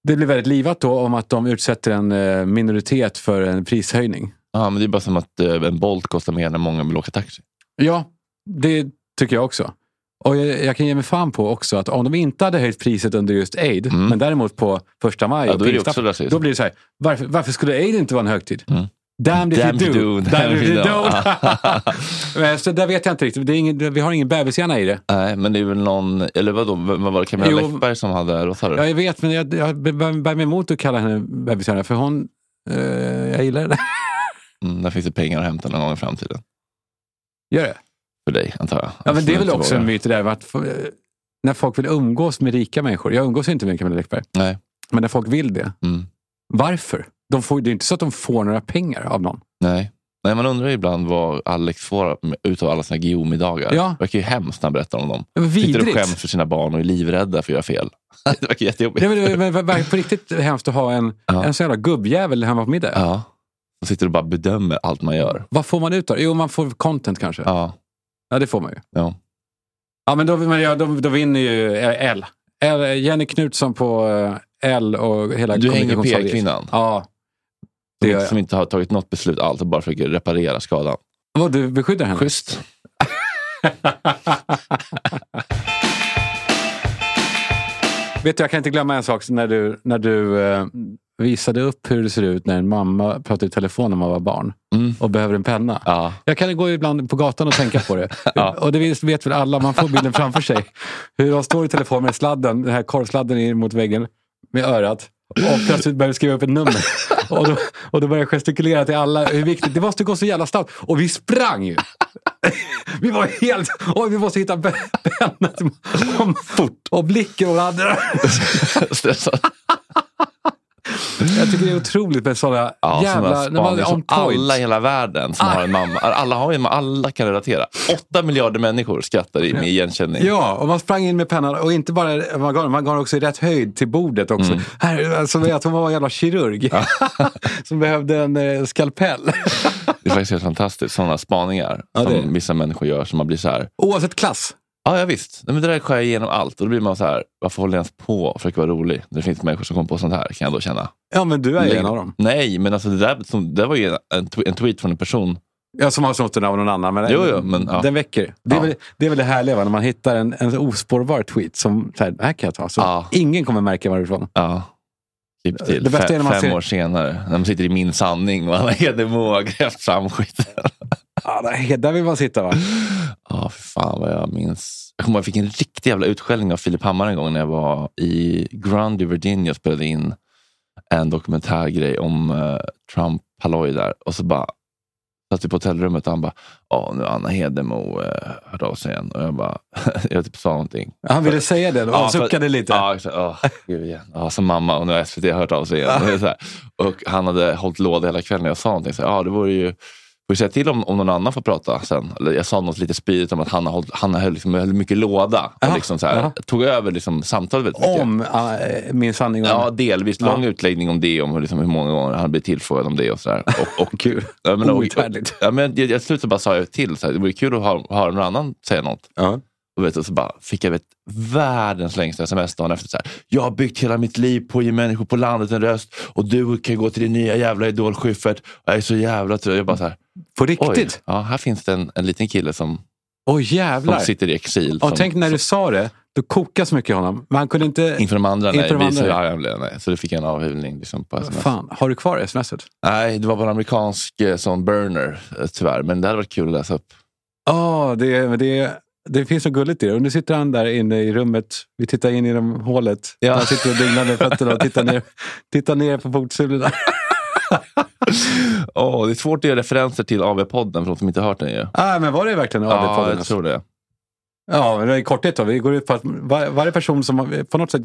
Speaker 2: Det blir väldigt livat då om att de utsätter en eh, minoritet för en prishöjning.
Speaker 1: Ja, men det är bara som att eh, en Bolt kostar mer när många vill åka taxi.
Speaker 2: Ja, det tycker jag också. Och jag, jag kan ge mig fan på också att om de inte hade höjt priset under just Eid,
Speaker 1: Mm.
Speaker 2: men däremot på första maj
Speaker 1: Ja,
Speaker 2: och
Speaker 1: då är det
Speaker 2: pingstafton,
Speaker 1: också rasism.
Speaker 2: då blir det så här, varför, varför skulle Eid inte vara en högtid?
Speaker 1: Mm.
Speaker 2: Damned if
Speaker 1: Damned
Speaker 2: you
Speaker 1: if
Speaker 2: do.
Speaker 1: you do, damned *laughs* if you don't.
Speaker 2: *laughs* Men så där vet jag inte riktigt. Det är ingen, vi har ingen bebishjärna i det.
Speaker 1: Nej, men det är väl någon... Eller vadå? Vem vad var det? Camilla
Speaker 2: Jo.
Speaker 1: Läckberg som hade... Vad sa du?
Speaker 2: Ja, jag vet, men jag, jag bär bär mig emot att kalla henne bebishjärna, för hon... Eh, jag
Speaker 1: *laughs*
Speaker 2: gillar det.
Speaker 1: Mm, där finns det pengar att hämta någon gång i framtiden.
Speaker 2: Gör det?
Speaker 1: För dig, antar jag.
Speaker 2: Ja, men det är väl
Speaker 1: Absolut,
Speaker 2: också en
Speaker 1: vågar.
Speaker 2: myt det där med att få- eh, när folk vill umgås med rika människor. Jag umgås inte med Camilla Läckberg,
Speaker 1: Nej.
Speaker 2: men när folk vill det,
Speaker 1: Mm.
Speaker 2: varför? De får, det är inte så att de får några pengar av någon.
Speaker 1: Nej. Nej, man undrar ju ibland vad Alex får utav alla sina geomiddagar.
Speaker 2: Ja.
Speaker 1: Det verkar ju hemskt när han berättar om dem.
Speaker 2: Det var
Speaker 1: Sitter och
Speaker 2: Vidrigt.
Speaker 1: skäms för sina barn och är livrädda för att göra fel. *laughs* det verkar jättejobbigt.
Speaker 2: Nej, men, men, men, men, på riktigt hemskt att ha en,
Speaker 1: Ja.
Speaker 2: en sån jävla gubbjävel hemma på middag.
Speaker 1: Ja. Och sitter och bara bedömer allt man gör.
Speaker 2: Vad får man ut av det? Jo, man får content kanske. Ja,
Speaker 1: Ja.
Speaker 2: det får man ju.
Speaker 1: ja.
Speaker 2: Ja, men då, men, ja, då, då vinner ju eh, L. Eller Jenny Knutsson på eh, L och hela
Speaker 1: Du hänger
Speaker 2: kommunikationsavdelningen.
Speaker 1: PR-kvinnan?
Speaker 2: Ja. Det
Speaker 1: Som,
Speaker 2: gör
Speaker 1: inte, som
Speaker 2: jag.
Speaker 1: inte har tagit något beslut alls och bara försöker reparera skadan.
Speaker 2: Vad, du beskyddar henne?
Speaker 1: Schysst.
Speaker 2: Vet du, jag kan inte glömma en sak när du, när du eh, visade upp hur det ser ut när en mamma pratar i telefon när man var barn
Speaker 1: Mm.
Speaker 2: och behöver en penna. *laughs*
Speaker 1: Ja.
Speaker 2: Jag kan gå ibland på gatan och tänka på det.
Speaker 1: *laughs* Ja.
Speaker 2: Och det vet, vet väl alla, man får bilden framför sig. Hur de står i telefon med sladden, den här korvsladden in mot väggen med örat. Och plötsligt börjar vi skriva upp ett nummer. Och då, och då börjar jag gestikulera till alla hur viktigt det måste gå så jävla snabbt. Och vi sprang ju! Vi var helt... Oj, vi måste hitta pe- pennan. till- Om, Fort! Och blicken och andra.
Speaker 1: Stressad.
Speaker 2: Jag tycker det är otroligt med sådana
Speaker 1: Ja,
Speaker 2: jävla...
Speaker 1: Jävlar,
Speaker 2: När man,
Speaker 1: som
Speaker 2: on point.
Speaker 1: alla i hela världen som har en
Speaker 2: Ah.
Speaker 1: mamma. Alla, har ju, alla kan relatera. Åtta miljarder människor skrattar i, med igenkänning.
Speaker 2: *laughs* Ja, och man sprang in med pennan och inte bara man gav den, man gav den också i rätt höjd till bordet också.
Speaker 1: Mm.
Speaker 2: Här, alltså, jag tror man var en jävla kirurg *laughs* som behövde en eh,
Speaker 1: *laughs*
Speaker 2: skalpell.
Speaker 1: Det är faktiskt helt fantastiskt. Sådana spaningar
Speaker 2: Ja, det är-
Speaker 1: som vissa människor gör. Som man blir så här.
Speaker 2: Oavsett klass.
Speaker 1: Ja, ja visst. Nej, men det där skär jag igenom allt. Och då blir man så här. Varför håller jag ens på och försöker vara rolig? När det finns människor som kommer på sånt här kan jag då känna.
Speaker 2: Ja, men du är ju
Speaker 1: Lägg-
Speaker 2: en av dem.
Speaker 1: Nej, men alltså det där som, det där var ju en, en, tw- en tweet från en person.
Speaker 2: Jag som har snott den av någon annan, men,
Speaker 1: Jo, jo, men, ja.
Speaker 2: den väcker. Det är,
Speaker 1: Ja.
Speaker 2: väl, det är väl det härliga, va? när man hittar en, en ospårbar tweet som så här, det här kan jag ta. Så
Speaker 1: Ja.
Speaker 2: Ingen kommer märka varifrån.
Speaker 1: Ja. Klipp till
Speaker 2: Det bästa är
Speaker 1: fem,
Speaker 2: när man
Speaker 1: fem
Speaker 2: ser-
Speaker 1: år senare. När man sitter i Min sanning och Anna Hedenmo har grävt fram skiten.
Speaker 2: Ja, där- där vill man
Speaker 1: *laughs*
Speaker 2: sitta va?
Speaker 1: Ja, fy fan vad jag minns. Jag kommer ihåg, jag fick en riktig jävla utskällning av Filip Hammar en gång när jag var i Grundy, Virginia och spelade in en dokumentärgrej om eh, Trump halloj där. Och så bara satt vi på hotellrummet och han bara, ja nu har Anna Hedemo uh, hört av sig igen. Och jag bara, *laughs* jag typ sa någonting.
Speaker 2: Han ville säga det då. Han
Speaker 1: för-
Speaker 2: suckade lite.
Speaker 1: Ja, exakt. Åh, gud igen. Ja, som mamma och nu har SVT hört av sig igen. Och, det är så här. och han hade hållit låda hela kvällen när jag sa någonting. Så, här, ja, det vore ju... Får vi säga till om, om någon annan får prata sen? Eller jag sa något lite spydigt om att han, har hållit, han höll, liksom, höll mycket låda. Och
Speaker 2: Aha,
Speaker 1: liksom så här,
Speaker 2: aha.
Speaker 1: Tog över liksom, samtalet väldigt mycket.
Speaker 2: Om eh, min sanning. om-
Speaker 1: Ja, delvis. Lång
Speaker 2: Ja.
Speaker 1: utläggning om det, om hur, liksom, hur många gånger han blir tillfrågad om det och sådär. Och,
Speaker 2: *laughs*
Speaker 1: och,
Speaker 2: Kul.
Speaker 1: Ja, men, och, och,
Speaker 2: Outhärdligt.
Speaker 1: ja, men, jag, jag slutet bara sa jag till, så här, det vore kul att ha- höra någon annan säga något.
Speaker 2: Ja.
Speaker 1: Och, vet, du, och så bara fick jag vet, världens längsta sms dagen efter. Så här, jag har byggt hela mitt liv på att ge människor på landet en röst och du kan gå till din nya jävla idol Schyffert. Jag är så jävla trött. Jag bara så här,
Speaker 2: På
Speaker 1: oj,
Speaker 2: riktigt?
Speaker 1: ja, här finns det en, en liten kille som,
Speaker 2: Åh
Speaker 1: som
Speaker 2: jävlar!
Speaker 1: sitter i exil.
Speaker 2: och
Speaker 1: som,
Speaker 2: tänk när du
Speaker 1: som,
Speaker 2: sa det, då kokade så mycket i honom. Men han kunde inte...
Speaker 1: inför de andra,
Speaker 2: inför de
Speaker 1: nej, visar
Speaker 2: andra.
Speaker 1: hur arg han blev. Nej. Så du fick jag en avhyvling. Liksom, på sms.
Speaker 2: Fan, har du kvar smset?
Speaker 1: Nej, det var bara en amerikansk eh, sån burner eh, tyvärr. Men det hade varit kul att läsa upp.
Speaker 2: Ja, det, det, det finns något gulligt i det. Och nu sitter han där inne i rummet. Vi tittar in genom hålet.
Speaker 1: Ja.
Speaker 2: Han sitter och dinglar med fötterna och tittar *laughs* ner, tittar ner på fotsulorna.
Speaker 1: *laughs* Åh, det är svårt att göra referenser till AV-podden för de som inte har hört den. Ju.
Speaker 2: Ah, men var det verkligen
Speaker 1: ja,
Speaker 2: AD-podden?
Speaker 1: jag tror det.
Speaker 2: Ja, men i korthet då. Vi går ut på att var, varje person som har- på något sätt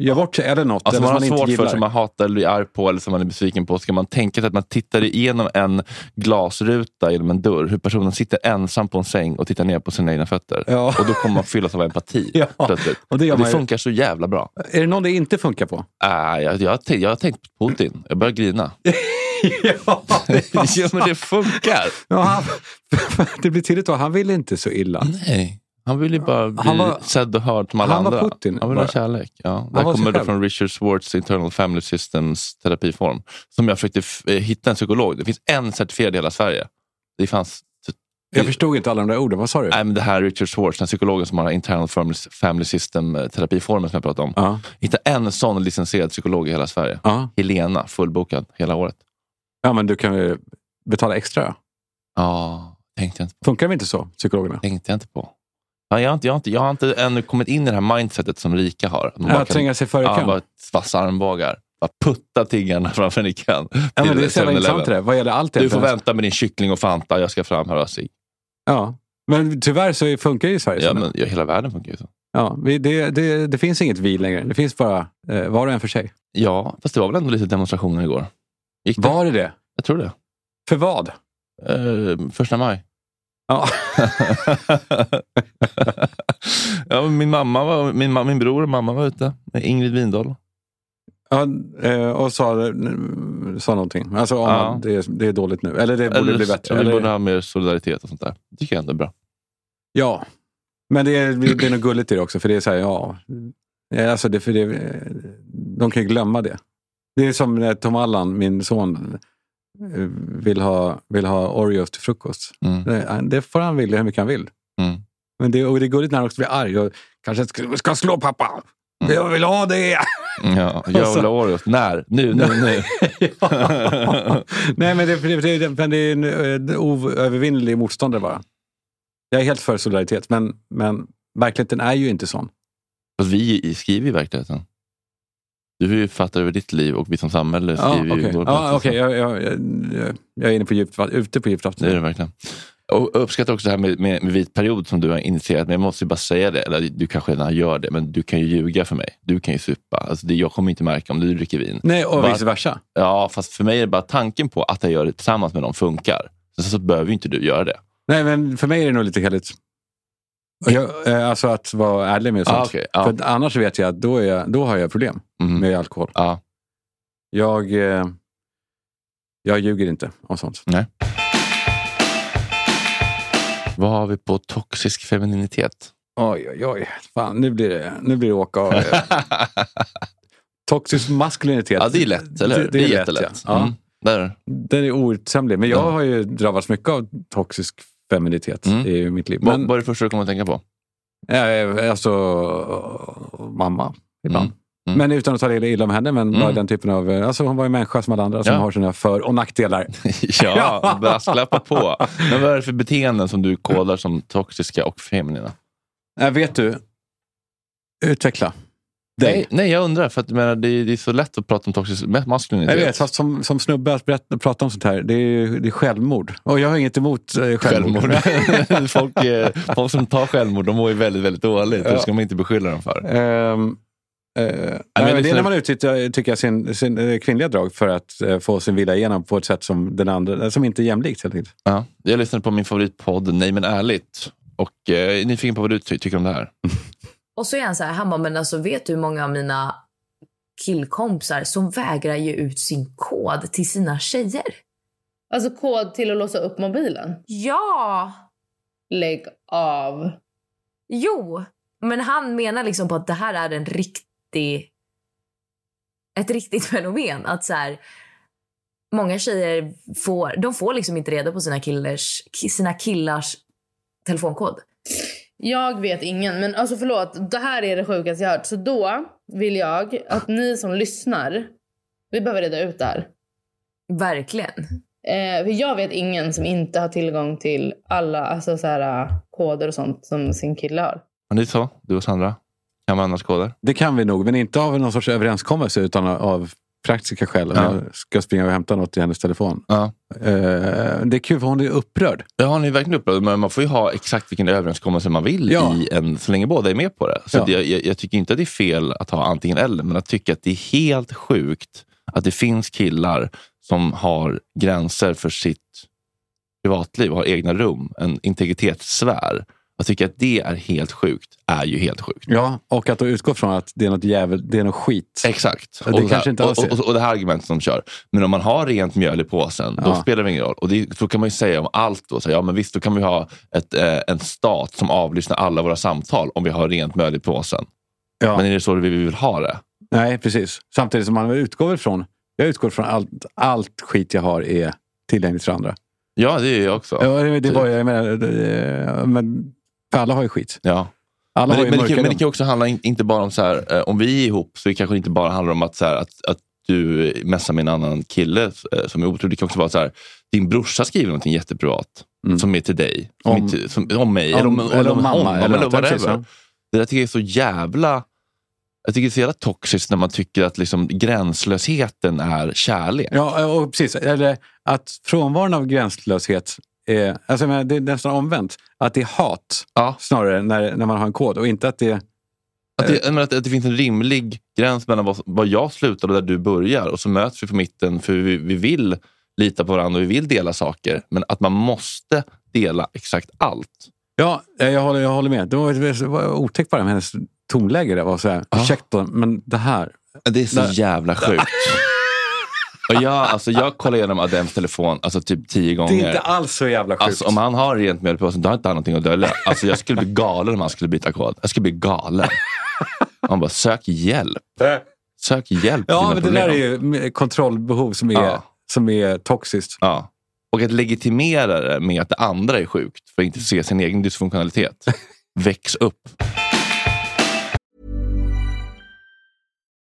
Speaker 2: gör bort sig eller något.
Speaker 1: Alltså
Speaker 2: eller
Speaker 1: man har
Speaker 2: som man
Speaker 1: svårt
Speaker 2: inte
Speaker 1: för,
Speaker 2: gillar.
Speaker 1: som man hatar eller är arg på eller som man är besviken på. Ska man tänka sig att man tittar igenom en glasruta genom en dörr, hur personen sitter ensam på en säng och tittar ner på sina egna fötter.
Speaker 2: Ja.
Speaker 1: Och då kommer man fyllas av *laughs* empati
Speaker 2: Ja,
Speaker 1: plötsligt.
Speaker 2: och det gör man ju.
Speaker 1: funkar så jävla bra.
Speaker 2: Är det någon det inte funkar på?
Speaker 1: Äh, jag, jag, har tänkt, jag har tänkt på Putin. Jag börjar *laughs* grina.
Speaker 2: *laughs* ja,
Speaker 1: ja, men det funkar!
Speaker 2: *laughs* Ja, han, det *laughs* blir tydligt då, han vill inte så illa.
Speaker 1: Nej. Han vill ju bara bli
Speaker 2: Han var-
Speaker 1: sedd och hörd som alla
Speaker 2: han var
Speaker 1: andra.
Speaker 2: Putin,
Speaker 1: han vill ha
Speaker 2: bara.
Speaker 1: kärlek. Ja. Det här
Speaker 2: var sig
Speaker 1: kommer då
Speaker 2: själv.
Speaker 1: från Richard Schwartz Internal Family Systems terapiform. Som jag försökte f- eh, hitta en psykolog. Det finns en certifierad i hela Sverige. Det fanns... typ-
Speaker 2: Jag förstod inte alla de där orden, vad sa du?
Speaker 1: Nej, men det här Richard Schwartz, den psykologen som har Internal Family- Family System eh, terapiformen som jag pratade om.
Speaker 2: Ja.
Speaker 1: Hitta en sån licensierad psykolog i hela Sverige.
Speaker 2: Ja.
Speaker 1: Helena, fullbokad hela året.
Speaker 2: ja, men du kan ju betala extra.
Speaker 1: Ja, tänkte jag inte på.
Speaker 2: Funkar de inte så, psykologerna?
Speaker 1: Tänkte jag inte på. Ja, jag, har inte, jag, har inte, jag har inte ännu kommit in i det här mindsetet som rika har. Att man bara
Speaker 2: Att
Speaker 1: kan-
Speaker 2: tränga sig före
Speaker 1: Ja,
Speaker 2: kön?
Speaker 1: bara vassa armbågar. Bara putta tiggarna *laughs* framför en i kön.
Speaker 2: Ja, men det är
Speaker 1: Till
Speaker 2: så jävla
Speaker 1: 7-Eleven.
Speaker 2: intressant det där, vad gäller allt
Speaker 1: Du får
Speaker 2: egentligen.
Speaker 1: vänta med din kyckling och Fanta, jag ska fram här och ha sig.
Speaker 2: Ja. Men tyvärr så funkar ju Sverige
Speaker 1: Ja,
Speaker 2: så nu.
Speaker 1: men ja, hela världen funkar ju så.
Speaker 2: ja, vi, det, det, det finns inget vi längre. Det finns bara eh, var och en för sig.
Speaker 1: Ja, fast det var väl ändå lite demonstrationer igår? Gick det?
Speaker 2: Var det det?
Speaker 1: Jag tror det.
Speaker 2: För vad?
Speaker 1: Eh, första maj.
Speaker 2: *laughs* Ja.
Speaker 1: ja, men min, mamma var, min, ma- min bror och mamma var ute med Ingrid Windahl.
Speaker 2: Ja, eh, och sa, sa någonting. Alltså, om
Speaker 1: Ja.
Speaker 2: man, det, är, det är dåligt nu. Eller det borde bli bättre.
Speaker 1: Vi
Speaker 2: Eller,
Speaker 1: borde ha mer solidaritet och sånt där. Det tycker jag ändå är bra.
Speaker 2: Ja. Men det är, det är något gulligt i det också. För det är så här, ja. Eh, Alltså det, för det, eh, de kan ju glömma det. Det är som när Tom Allan, min son, eh, vill ha, vill ha Oreos till frukost.
Speaker 1: Mm.
Speaker 2: Det- han- Det får han vilja hur mycket han vill.
Speaker 1: Mm.
Speaker 2: Men det, och det är gulligt när han också blir arg och kanske ska, ska slå pappa.
Speaker 1: Mm.
Speaker 2: Jag vill ha det! *laughs*
Speaker 1: Ja, jag
Speaker 2: så-
Speaker 1: vill ha Oreos. När? Nu, nu, nu.
Speaker 2: *laughs* Nej, men det, det, det, men det är en eh, oövervinnelig motståndare bara. Jag är helt för solidaritet, men, men verkligheten är ju inte sån.
Speaker 1: *laughs* Fast vi skriver ju verkligheten. Du är ju författare över ditt liv och vi som samhälle
Speaker 2: Ja,
Speaker 1: skriver ju
Speaker 2: okej.
Speaker 1: vår
Speaker 2: Ja,
Speaker 1: berättelse.
Speaker 2: okej. Jag, jag, jag, jag är inne på djupt, vatt- ute på djupt
Speaker 1: Det är det
Speaker 2: vatten.
Speaker 1: verkligen. Och jag uppskattar också det här med, med, med vit period som du har initierat. Men jag måste ju bara säga det, eller du kanske redan gör det, men du kan ju ljuga för mig. Du kan ju supa. Alltså det, jag kommer inte märka om du dricker vin.
Speaker 2: Nej, och
Speaker 1: Bara-
Speaker 2: vice versa.
Speaker 1: Ja, fast för mig är det bara tanken på att jag gör det tillsammans med någon funkar. Sen så behöver ju inte du göra det.
Speaker 2: Nej, men för mig är det nog lite heligt. Och jag, eh, alltså att vara ärlig med sånt.
Speaker 1: Ah, okej, ja.
Speaker 2: För att annars vet jag att då, är jag, då har jag problem
Speaker 1: Mhm.
Speaker 2: med alkohol.
Speaker 1: Ja.
Speaker 2: Jag, eh, jag ljuger inte om sånt.
Speaker 1: Vad har vi på toxisk femininitet?
Speaker 2: Oj, oj, oj. Fan, nu blir det, nu blir det åka av. eh.
Speaker 1: *laughs*
Speaker 2: Toxisk maskulinitet.
Speaker 1: ja, det är lätt, eller hur?
Speaker 2: Det, det är, jättelätt.
Speaker 1: jättelätt.
Speaker 2: Ja.
Speaker 1: Mm. Där.
Speaker 2: Den är outtömlig. Men jag
Speaker 1: Ja.
Speaker 2: har ju drabbats mycket av toxisk femininitet
Speaker 1: Mm.
Speaker 2: i mitt liv.
Speaker 1: Vad
Speaker 2: Men,
Speaker 1: vad är det första du kommer att tänka
Speaker 2: *laughs*
Speaker 1: på?
Speaker 2: eh, alltså, mamma ibland.
Speaker 1: Mm. Mm.
Speaker 2: Men utan att ta det illa om henne, men bara
Speaker 1: Mm.
Speaker 2: den typen av... eh, Alltså hon var ju människa som alla andra som
Speaker 1: Ja.
Speaker 2: har sina för
Speaker 1: *laughs*
Speaker 2: och nackdelar.
Speaker 1: ja, brasklappa på. Men vad är det för beteenden som du kodar som toxiska och feminina?
Speaker 2: Äh, vet du? Utveckla.
Speaker 1: Nej, nej, jag undrar. För att, jag menar, det, är, det är så lätt att prata om toxisk med-
Speaker 2: Jag
Speaker 1: maskulinitet.
Speaker 2: vet, fast som, som snubbe att berätta, prata om sånt här, det är, ju- det är självmord. Och jag har inget emot eh, självmord. *laughs*
Speaker 1: Självmord. *laughs* folk, eh, folk som tar självmord, de mår ju väldigt, väldigt dåligt. Det ska man inte beskylla dem för.
Speaker 2: Ehm, eh, nej,
Speaker 1: men
Speaker 2: men
Speaker 1: det
Speaker 2: det är
Speaker 1: är-
Speaker 2: när man utnyttjar tycker jag, sin, sin eh, kvinnliga drag för att eh, få sin vilja igenom på ett sätt som, den andra, eh, som inte är jämlikt. Helt enkelt.
Speaker 1: Ja. Jag lyssnade på min favoritpodd Nej men ärligt. Och eh, jag är nyfiken på vad du ty- tycker om det här.
Speaker 3: Och så är han så här, han bara, men alltså vet du hur många av mina killkompisar som vägrar ge ut sin kod till sina tjejer?
Speaker 4: Alltså kod till att låsa upp mobilen.
Speaker 3: Ja!
Speaker 4: Lägg av.
Speaker 3: Jo! Men han menar liksom på att det här är en riktig... Ett riktigt *laughs* fenomen. Att så här, många tjejer får, de får liksom inte reda på sina, killers, sina killars telefonkod.
Speaker 4: Jag vet ingen, men alltså förlåt. Det här är det sjukaste jag hört. Så då vill jag att ni som lyssnar, vi behöver reda ut det här.
Speaker 3: Verkligen.
Speaker 4: Eh, för jag vet ingen som inte har tillgång till alla alltså så här, eh, koder och sånt som sin kille har.
Speaker 1: Men det är så, du och Sandra. Kan man annars koder?
Speaker 2: Det kan vi nog, men inte av någon sorts överenskommelse utan av praktiska skäl. Om
Speaker 1: Ja.
Speaker 2: jag ska springa och hämta något i hennes telefon.
Speaker 1: Ja.
Speaker 2: Eh, det är kul för hon är upprörd.
Speaker 1: Ja, han är verkligen upprörd. Men man får ju ha exakt vilken överenskommelse man vill
Speaker 2: Ja.
Speaker 1: i en, så länge båda är med på det. Så
Speaker 2: Ja.
Speaker 1: att jag, jag, jag tycker inte att det är fel att ha antingen eller, men jag tycker att det är helt sjukt att det finns killar som har gränser för sitt privatliv och har egna rum, en integritetssfär. Jag tycker att det är helt sjukt, är ju helt sjukt.
Speaker 2: Ja, och att då utgå från att det är något jävel, det är något skit.
Speaker 1: Exakt.
Speaker 2: Ja, det
Speaker 1: och, så
Speaker 2: kanske
Speaker 1: här,
Speaker 2: inte
Speaker 1: och,
Speaker 2: alls är.
Speaker 1: och, och det här argumentet som de kör. Men om man har rent mjöl i påsen, då
Speaker 2: Ja.
Speaker 1: spelar det ingen roll. Och det, så kan man ju säga om allt. Då, så här, ja, men visst, då kan vi ha ett, eh, en stat som avlyssnar alla våra samtal om vi har rent mjöl i påsen.
Speaker 2: Ja.
Speaker 1: Men är det så vi vill ha det?
Speaker 2: Nej, precis. Samtidigt som man utgår ifrån, jag utgår från allt, allt skit jag har är tillgängligt för andra.
Speaker 1: Ja, det är jag också.
Speaker 2: Ja, det, det var, jag menar, det, men, för alla har ju skit.
Speaker 1: Ja.
Speaker 2: Alla
Speaker 1: Men, det,
Speaker 2: har ju
Speaker 1: men, det
Speaker 2: mörka
Speaker 1: kan, men det
Speaker 2: rum.
Speaker 1: kan också handla in, inte bara om så här, eh, om vi är ihop, så det kanske inte bara handlar om att, så här, att, att du messar med en annan kille eh, som är otrolig. Det kan också vara så här, din brorsa skriver någonting jätteprivat
Speaker 2: Mm.
Speaker 1: som är till dig, som
Speaker 2: Om-
Speaker 1: om, är till, som, om mig,
Speaker 2: om-
Speaker 1: eller om,
Speaker 2: eller om mamma,
Speaker 1: honom,
Speaker 2: eller
Speaker 1: eller
Speaker 2: något, ja, precis,
Speaker 1: whatever.
Speaker 2: ja.
Speaker 1: Det där tycker jag är så jävla jag tycker det är så jävla toxiskt när man tycker att liksom gränslösheten är kärlek.
Speaker 2: Ja, och precis. Eller att frånvaron av gränslöshet är, alltså, jag menar, det är nästan omvänt. Att det är hat
Speaker 1: Ja.
Speaker 2: snarare när, när man har en kod och inte att det...
Speaker 1: Att,
Speaker 2: Eh.
Speaker 1: det, jag menar att, att det finns en rimlig gräns mellan vad, vad jag slutar och där du börjar. Och så möts vi på mitten för vi, vi vill lita på varandra och vi vill dela saker. Men att man måste dela exakt allt.
Speaker 2: Ja, eh, jag håller, jag håller med. Det var, det var otäckt bara med hennes tonläge. Det var så här, ursäkta, men det här.
Speaker 1: Det är så jävla sjukt. *laughs* och jag, alltså, jag kollar igenom Adems telefon alltså, typ tio
Speaker 2: Det
Speaker 1: gånger.
Speaker 2: är inte alls så jävla sjukt.
Speaker 1: Alltså, om han har rent mjöl i påsen, då har inte han någonting att dölja. Alltså, jag skulle bli galen om han skulle byta kod. Jag skulle bli galen. Han bara, sök hjälp. Sök hjälp med dina
Speaker 2: Ja, Eh, men det
Speaker 1: problem.
Speaker 2: där är ju kontrollbehov som är,
Speaker 1: Ja.
Speaker 2: som är toxiskt.
Speaker 1: Ja. Och att legitimera det med att det andra är sjukt för att inte se sin egen dysfunktionalitet. Väx upp.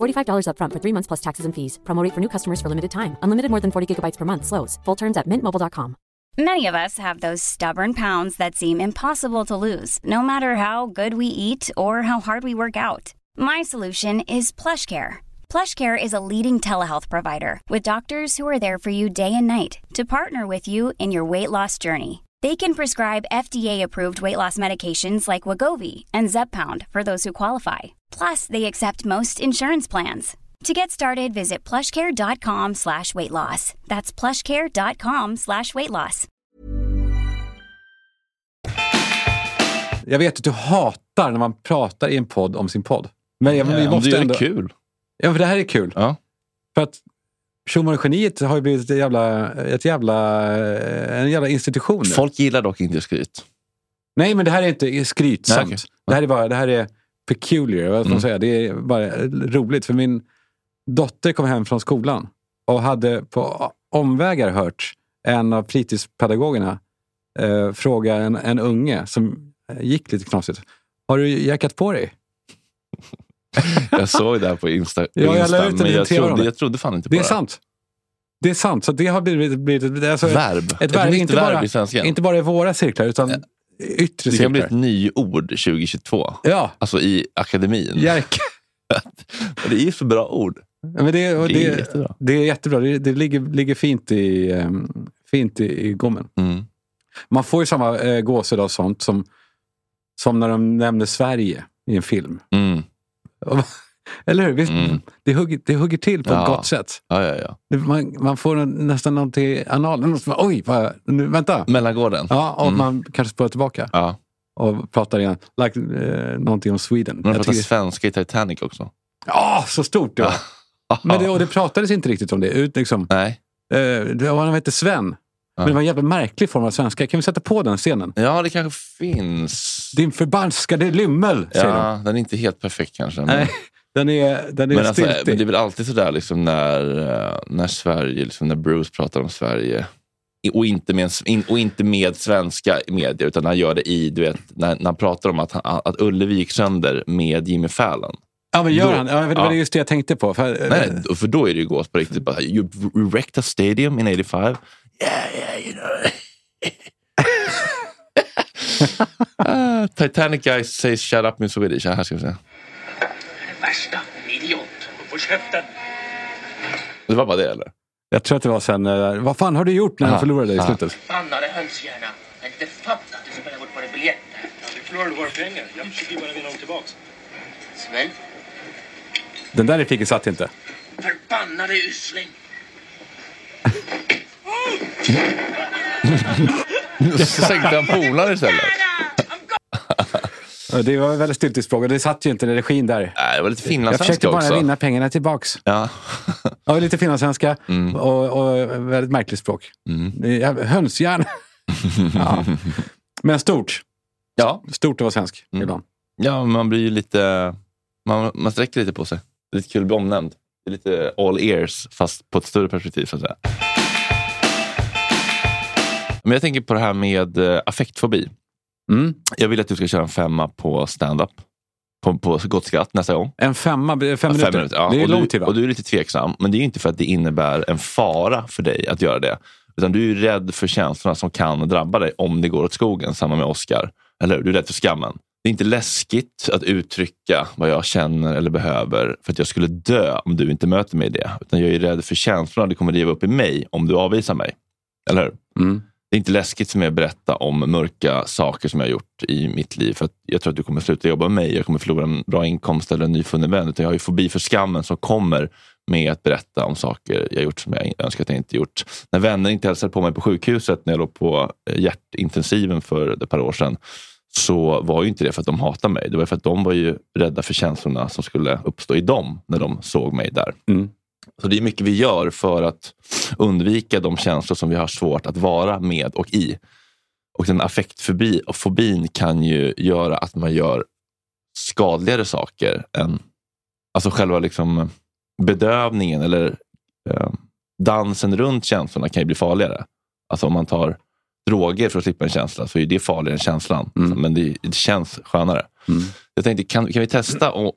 Speaker 5: $45 upfront for three months plus taxes and fees. Promo rate for new customers for limited time. Unlimited more than 40 gigabytes per month. Slows. Full terms at mintmobile.com.
Speaker 6: Many of us have those stubborn pounds that seem impossible to lose, no matter how good we eat or how hard we work out. My solution is PlushCare. PlushCare is a leading telehealth provider with doctors who are there for you day and night to partner with you in your weight loss journey. They can prescribe FDA-approved weight loss medications like Wagovi and Zepbound for those who qualify. Plus, they accept most insurance plans. To get started, visit plushcare.com slash weight loss. That's plushcare.com slash weight loss.
Speaker 2: Jag vet att du hatar när man pratar i en podd om sin podd. Men jag, vi
Speaker 1: Ja,
Speaker 2: måste
Speaker 1: det är
Speaker 2: ändå...
Speaker 1: kul.
Speaker 2: Ja, för det här är kul.
Speaker 1: Ja.
Speaker 2: För att Schumann och geniet har ju blivit ett jävla, ett jävla, en jävla institution. nu.
Speaker 1: Folk gillar dock inte skryt.
Speaker 2: Nej, men det här är inte skrytsamt.
Speaker 1: Nej, okej. Mm.
Speaker 2: Det här är bara det här är peculiar. Vad ska man säga? Det är bara roligt. För min dotter kom hem från skolan och hade på omvägar hört en av fritidspedagogerna eh, fråga en, en unge som gick lite knasigt. Har du jackat på dig?
Speaker 1: Jag såg det här på Insta. på
Speaker 2: *laughs* Ja, jag
Speaker 1: Insta,
Speaker 2: la ut det
Speaker 1: men
Speaker 2: i
Speaker 1: jag,
Speaker 2: tv om
Speaker 1: trodde,
Speaker 2: det.
Speaker 1: jag trodde fan inte på
Speaker 2: Det
Speaker 1: det.
Speaker 2: är sant. Det är sant. Så det har blivit, blivit alltså ett-
Speaker 1: Verb.
Speaker 2: Ett, verb,
Speaker 1: nytt
Speaker 2: inte
Speaker 1: verb
Speaker 2: bara,
Speaker 1: i svenskan.
Speaker 2: Inte bara i våra cirklar, utan yttre
Speaker 1: det kan bli
Speaker 2: cirklar.
Speaker 1: ett nyord 2022.
Speaker 2: Ja,
Speaker 1: Alltså i akademin.
Speaker 2: jerka.
Speaker 1: *laughs* Det är ju för bra ord.
Speaker 2: Ja, Men det, och
Speaker 1: Det
Speaker 2: det,
Speaker 1: är
Speaker 2: det, är
Speaker 1: jättebra.
Speaker 2: jättebra. Det, det ligger, ligger fint i, ehm, fint i, i gommen.
Speaker 1: Mm.
Speaker 2: Man får ju samma eh, gåshud av sånt som, som när de nämner Sverige i en film.
Speaker 1: Mm.
Speaker 2: Eller hur? Visst,
Speaker 1: Mm.
Speaker 2: det, hugger, det hugger till på
Speaker 1: Ja.
Speaker 2: ett gott sätt.
Speaker 1: Ja, ja, ja.
Speaker 2: Det- Man, man får en- nästan någon till analen. och så bara, Oj, vad, nu, vänta.
Speaker 1: Mellangården.
Speaker 2: Ja, och
Speaker 1: Mm.
Speaker 2: man kanske spårar tillbaka
Speaker 1: Ja.
Speaker 2: och pratar igen. Like, eh, någonting om Sweden.
Speaker 1: Men de
Speaker 2: Jag
Speaker 1: pratar
Speaker 2: tycker-
Speaker 1: svenska i Titanic också.
Speaker 2: Ja, så stort det var.
Speaker 1: *laughs*
Speaker 2: Men det, och det pratades inte riktigt om det. Ut, liksom,
Speaker 1: Nej.
Speaker 2: eh, det var, han hette Sven. Men det var en jävla märklig form av svenska. Kan vi sätta på den scenen?
Speaker 1: Ja, det kanske finns.
Speaker 2: Din förbaskade lymmel, säger de.
Speaker 1: Ja, den är inte helt perfekt kanske. Men,
Speaker 2: Nej, den är, den är
Speaker 1: men, alltså,
Speaker 2: stiltig.
Speaker 1: men det är väl alltid sådär liksom när, eh, när Sverige, liksom när Bruce pratar om Sverige. I- Och inte, med, en s- in- och inte med svenska medier, utan han gör det i, du vet, när, när han pratar om att, han, att Ullevi gick sönder med Jimmy Fallon.
Speaker 2: Ja, men
Speaker 1: då-
Speaker 2: gör han. Ja, det var
Speaker 1: ja.
Speaker 2: just det jag tänkte på. För, eh,
Speaker 1: Nej, nej, för då är det ju gås på riktigt. Bara, you wrecked a stadium in 85. Yeah, yeah, you know. *laughs* Ah, Titanic guy says shut up in Swedish. Ja, här ska vi se.
Speaker 7: Värsta idiot. Du får käften.
Speaker 1: Det var bara det eller? *laughs*
Speaker 2: Jag tror att det var sen, eh, vad fan har du gjort när han
Speaker 1: Ja,
Speaker 2: förlorade i
Speaker 1: ja.
Speaker 2: slutet?
Speaker 7: Förbannade hönshjärna. Jag har inte fattat att du spelar bort våra biljetter. Du förlorade våra pengar. Jag försöker bara vinna dem tillbaks. Svält.
Speaker 2: Den där repliken satt inte.
Speaker 7: Förbannade usling.
Speaker 1: Så sänkte han polaren istället.
Speaker 2: Eh, Det var väldigt stiltigt språk och det satt ju inte i regin där.
Speaker 1: Nej, det var lite
Speaker 2: Jag försökte
Speaker 1: finlandssvenska
Speaker 2: bara
Speaker 1: också.
Speaker 2: vinna pengarna tillbaks.
Speaker 1: Ja. *laughs*
Speaker 2: Ja, lite finlandssvenska
Speaker 1: Mm.
Speaker 2: och, och väldigt märkligt språk. Mm.
Speaker 1: *laughs*
Speaker 2: Hönshjärn. ja. Men stort.
Speaker 1: Ja. Mm.
Speaker 2: Stort att vara svensk ibland.
Speaker 1: ja, men man blir ju lite... Man, man sträcker lite på sig. Det är lite kul att bli omnämnd. Det är lite all ears, fast på ett större perspektiv. Så att säga. Men jag tänker på det här med eh, affektfobi.
Speaker 2: Mm.
Speaker 1: Jag vill att du ska köra en femma på stand-up. På på, på Gott skratt nästa gång.
Speaker 2: En femma, fem, fem minuter.
Speaker 1: ja.
Speaker 2: Det är
Speaker 1: och,
Speaker 2: lång
Speaker 1: du,
Speaker 2: tid va?
Speaker 1: och du är lite tveksam, men det är ju inte för att det innebär en fara för dig att göra det. Utan du är ju rädd för känslorna som kan drabba dig om det går åt skogen, samma med Oscar. Eller hur? Du är rädd för skammen. Det är inte läskigt att uttrycka vad jag känner eller behöver för att jag skulle dö om du inte möter mig i det. Utan jag är ju rädd för känslorna du kommer driva upp i mig om du avvisar mig. Eller hur?
Speaker 2: Mm.
Speaker 1: Det är inte läskigt för mig att berätta om mörka saker som jag har gjort i mitt liv. För att jag tror att du kommer sluta jobba med mig. Jag kommer förlora en bra inkomst eller en nyfunnen vän. Utan jag har ju fobi för skammen som kommer med att berätta om saker jag gjort som jag önskar att jag inte gjort. När vänner inte hälsade på mig på sjukhuset när jag låg på eh, hjärtintensiven för ett par år sedan så var ju inte det för att de hatade mig. Det var för att de var ju rädda för känslorna som skulle uppstå i dem när de såg mig där.
Speaker 2: Mm.
Speaker 1: Så det är mycket vi gör för att undvika de känslor som vi har svårt att vara med och i. Och den affektfobi och fobin kan ju göra att man gör skadligare saker än alltså själva liksom bedövningen eller eh, dansen runt känslorna kan ju bli farligare. Alltså om man tar droger för att slippa en känsla så är det farligare än känslan. Alltså,
Speaker 2: Mm.
Speaker 1: Men det, det känns skönare.
Speaker 2: Mm.
Speaker 1: Jag tänkte, kan, kan vi testa och,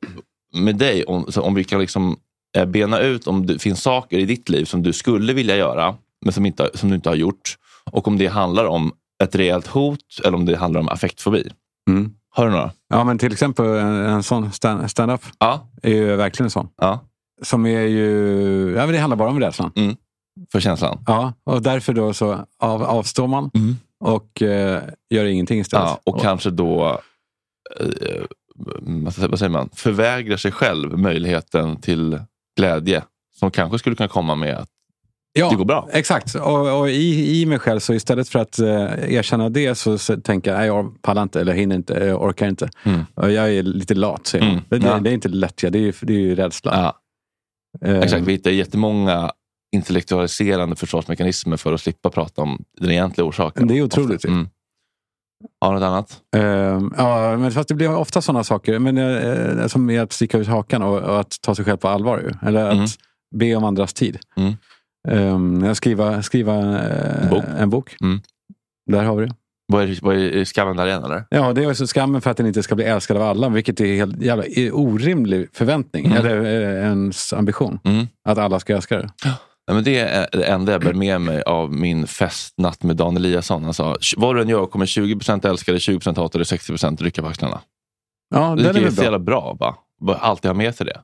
Speaker 1: med dig om, så om vi kan liksom eh, bena ut om det finns saker i ditt liv som du skulle vilja göra, men som, inte, som du inte har gjort. Och om det handlar om ett rejält hot eller om det handlar om affektfobi.
Speaker 2: Mm.
Speaker 1: Har du några?
Speaker 2: Ja, men till exempel en, en sån stand- stand-up
Speaker 1: Ja.
Speaker 2: är ju verkligen en sån.
Speaker 1: ja.
Speaker 2: Som är ju... Ja, men det handlar bara om rädslan.
Speaker 1: För känslan?
Speaker 2: Ja, och därför då så av, avstår man
Speaker 1: Mm.
Speaker 2: och eh, gör ingenting istället.
Speaker 1: Ja, och kanske då, eh, vad säger- vad säger man, förvägrar sig själv möjligheten till glädje som kanske skulle kunna komma med att
Speaker 2: Ja,
Speaker 1: det går bra.
Speaker 2: Exakt. Och, och i, i mig själv, så istället för att eh, erkänna det så, så tänker jag, nej, jag pallar inte, eller hinner inte, jag orkar inte.
Speaker 1: Mm.
Speaker 2: Och jag är lite lat, säger man.
Speaker 1: Mm.
Speaker 2: Det, det,
Speaker 1: Ja.
Speaker 2: det är inte lättja, det är, ju- det är ju rädsla.
Speaker 1: Ja,
Speaker 2: Eh,
Speaker 1: exakt. Vi hittar jättemånga intellektualiserande försvarsmekanismer för att slippa prata om den egentliga orsaken.
Speaker 2: Det är otroligt.
Speaker 1: Mm. Har du något annat?
Speaker 2: Ehm, ja, men fast det blir ofta sådana saker. Men, eh, som är att sticka ut hakan och, och att ta sig själv på allvar. Ju. Eller att
Speaker 1: Mm.
Speaker 2: be om andras tid.
Speaker 1: Mm.
Speaker 2: Ehm, skriva skriva eh,
Speaker 1: En bok.
Speaker 2: en bok.
Speaker 1: Mm.
Speaker 2: Där har vi det.
Speaker 1: Vad är, vad är är skammen där igen? Eller?
Speaker 2: Ja, det är också skammen för att den inte ska bli älskad av alla. Vilket är helt jävla är orimlig förväntning.
Speaker 1: Mm.
Speaker 2: Eller eh, ens ambition.
Speaker 1: Mm.
Speaker 2: Att alla ska älska det.
Speaker 1: Nej, men det är det enda jag bär med mig av min festnatt med Dan Eliasson. Han sa, vad du än gör kommer 20 älska dig, 20 hata dig, 60 rycka på axlarna.
Speaker 2: Ja,
Speaker 1: Det
Speaker 2: den är
Speaker 1: är
Speaker 2: väl
Speaker 1: så
Speaker 2: bra.
Speaker 1: jävla bra. Va? Bara Alltid ha med sig det.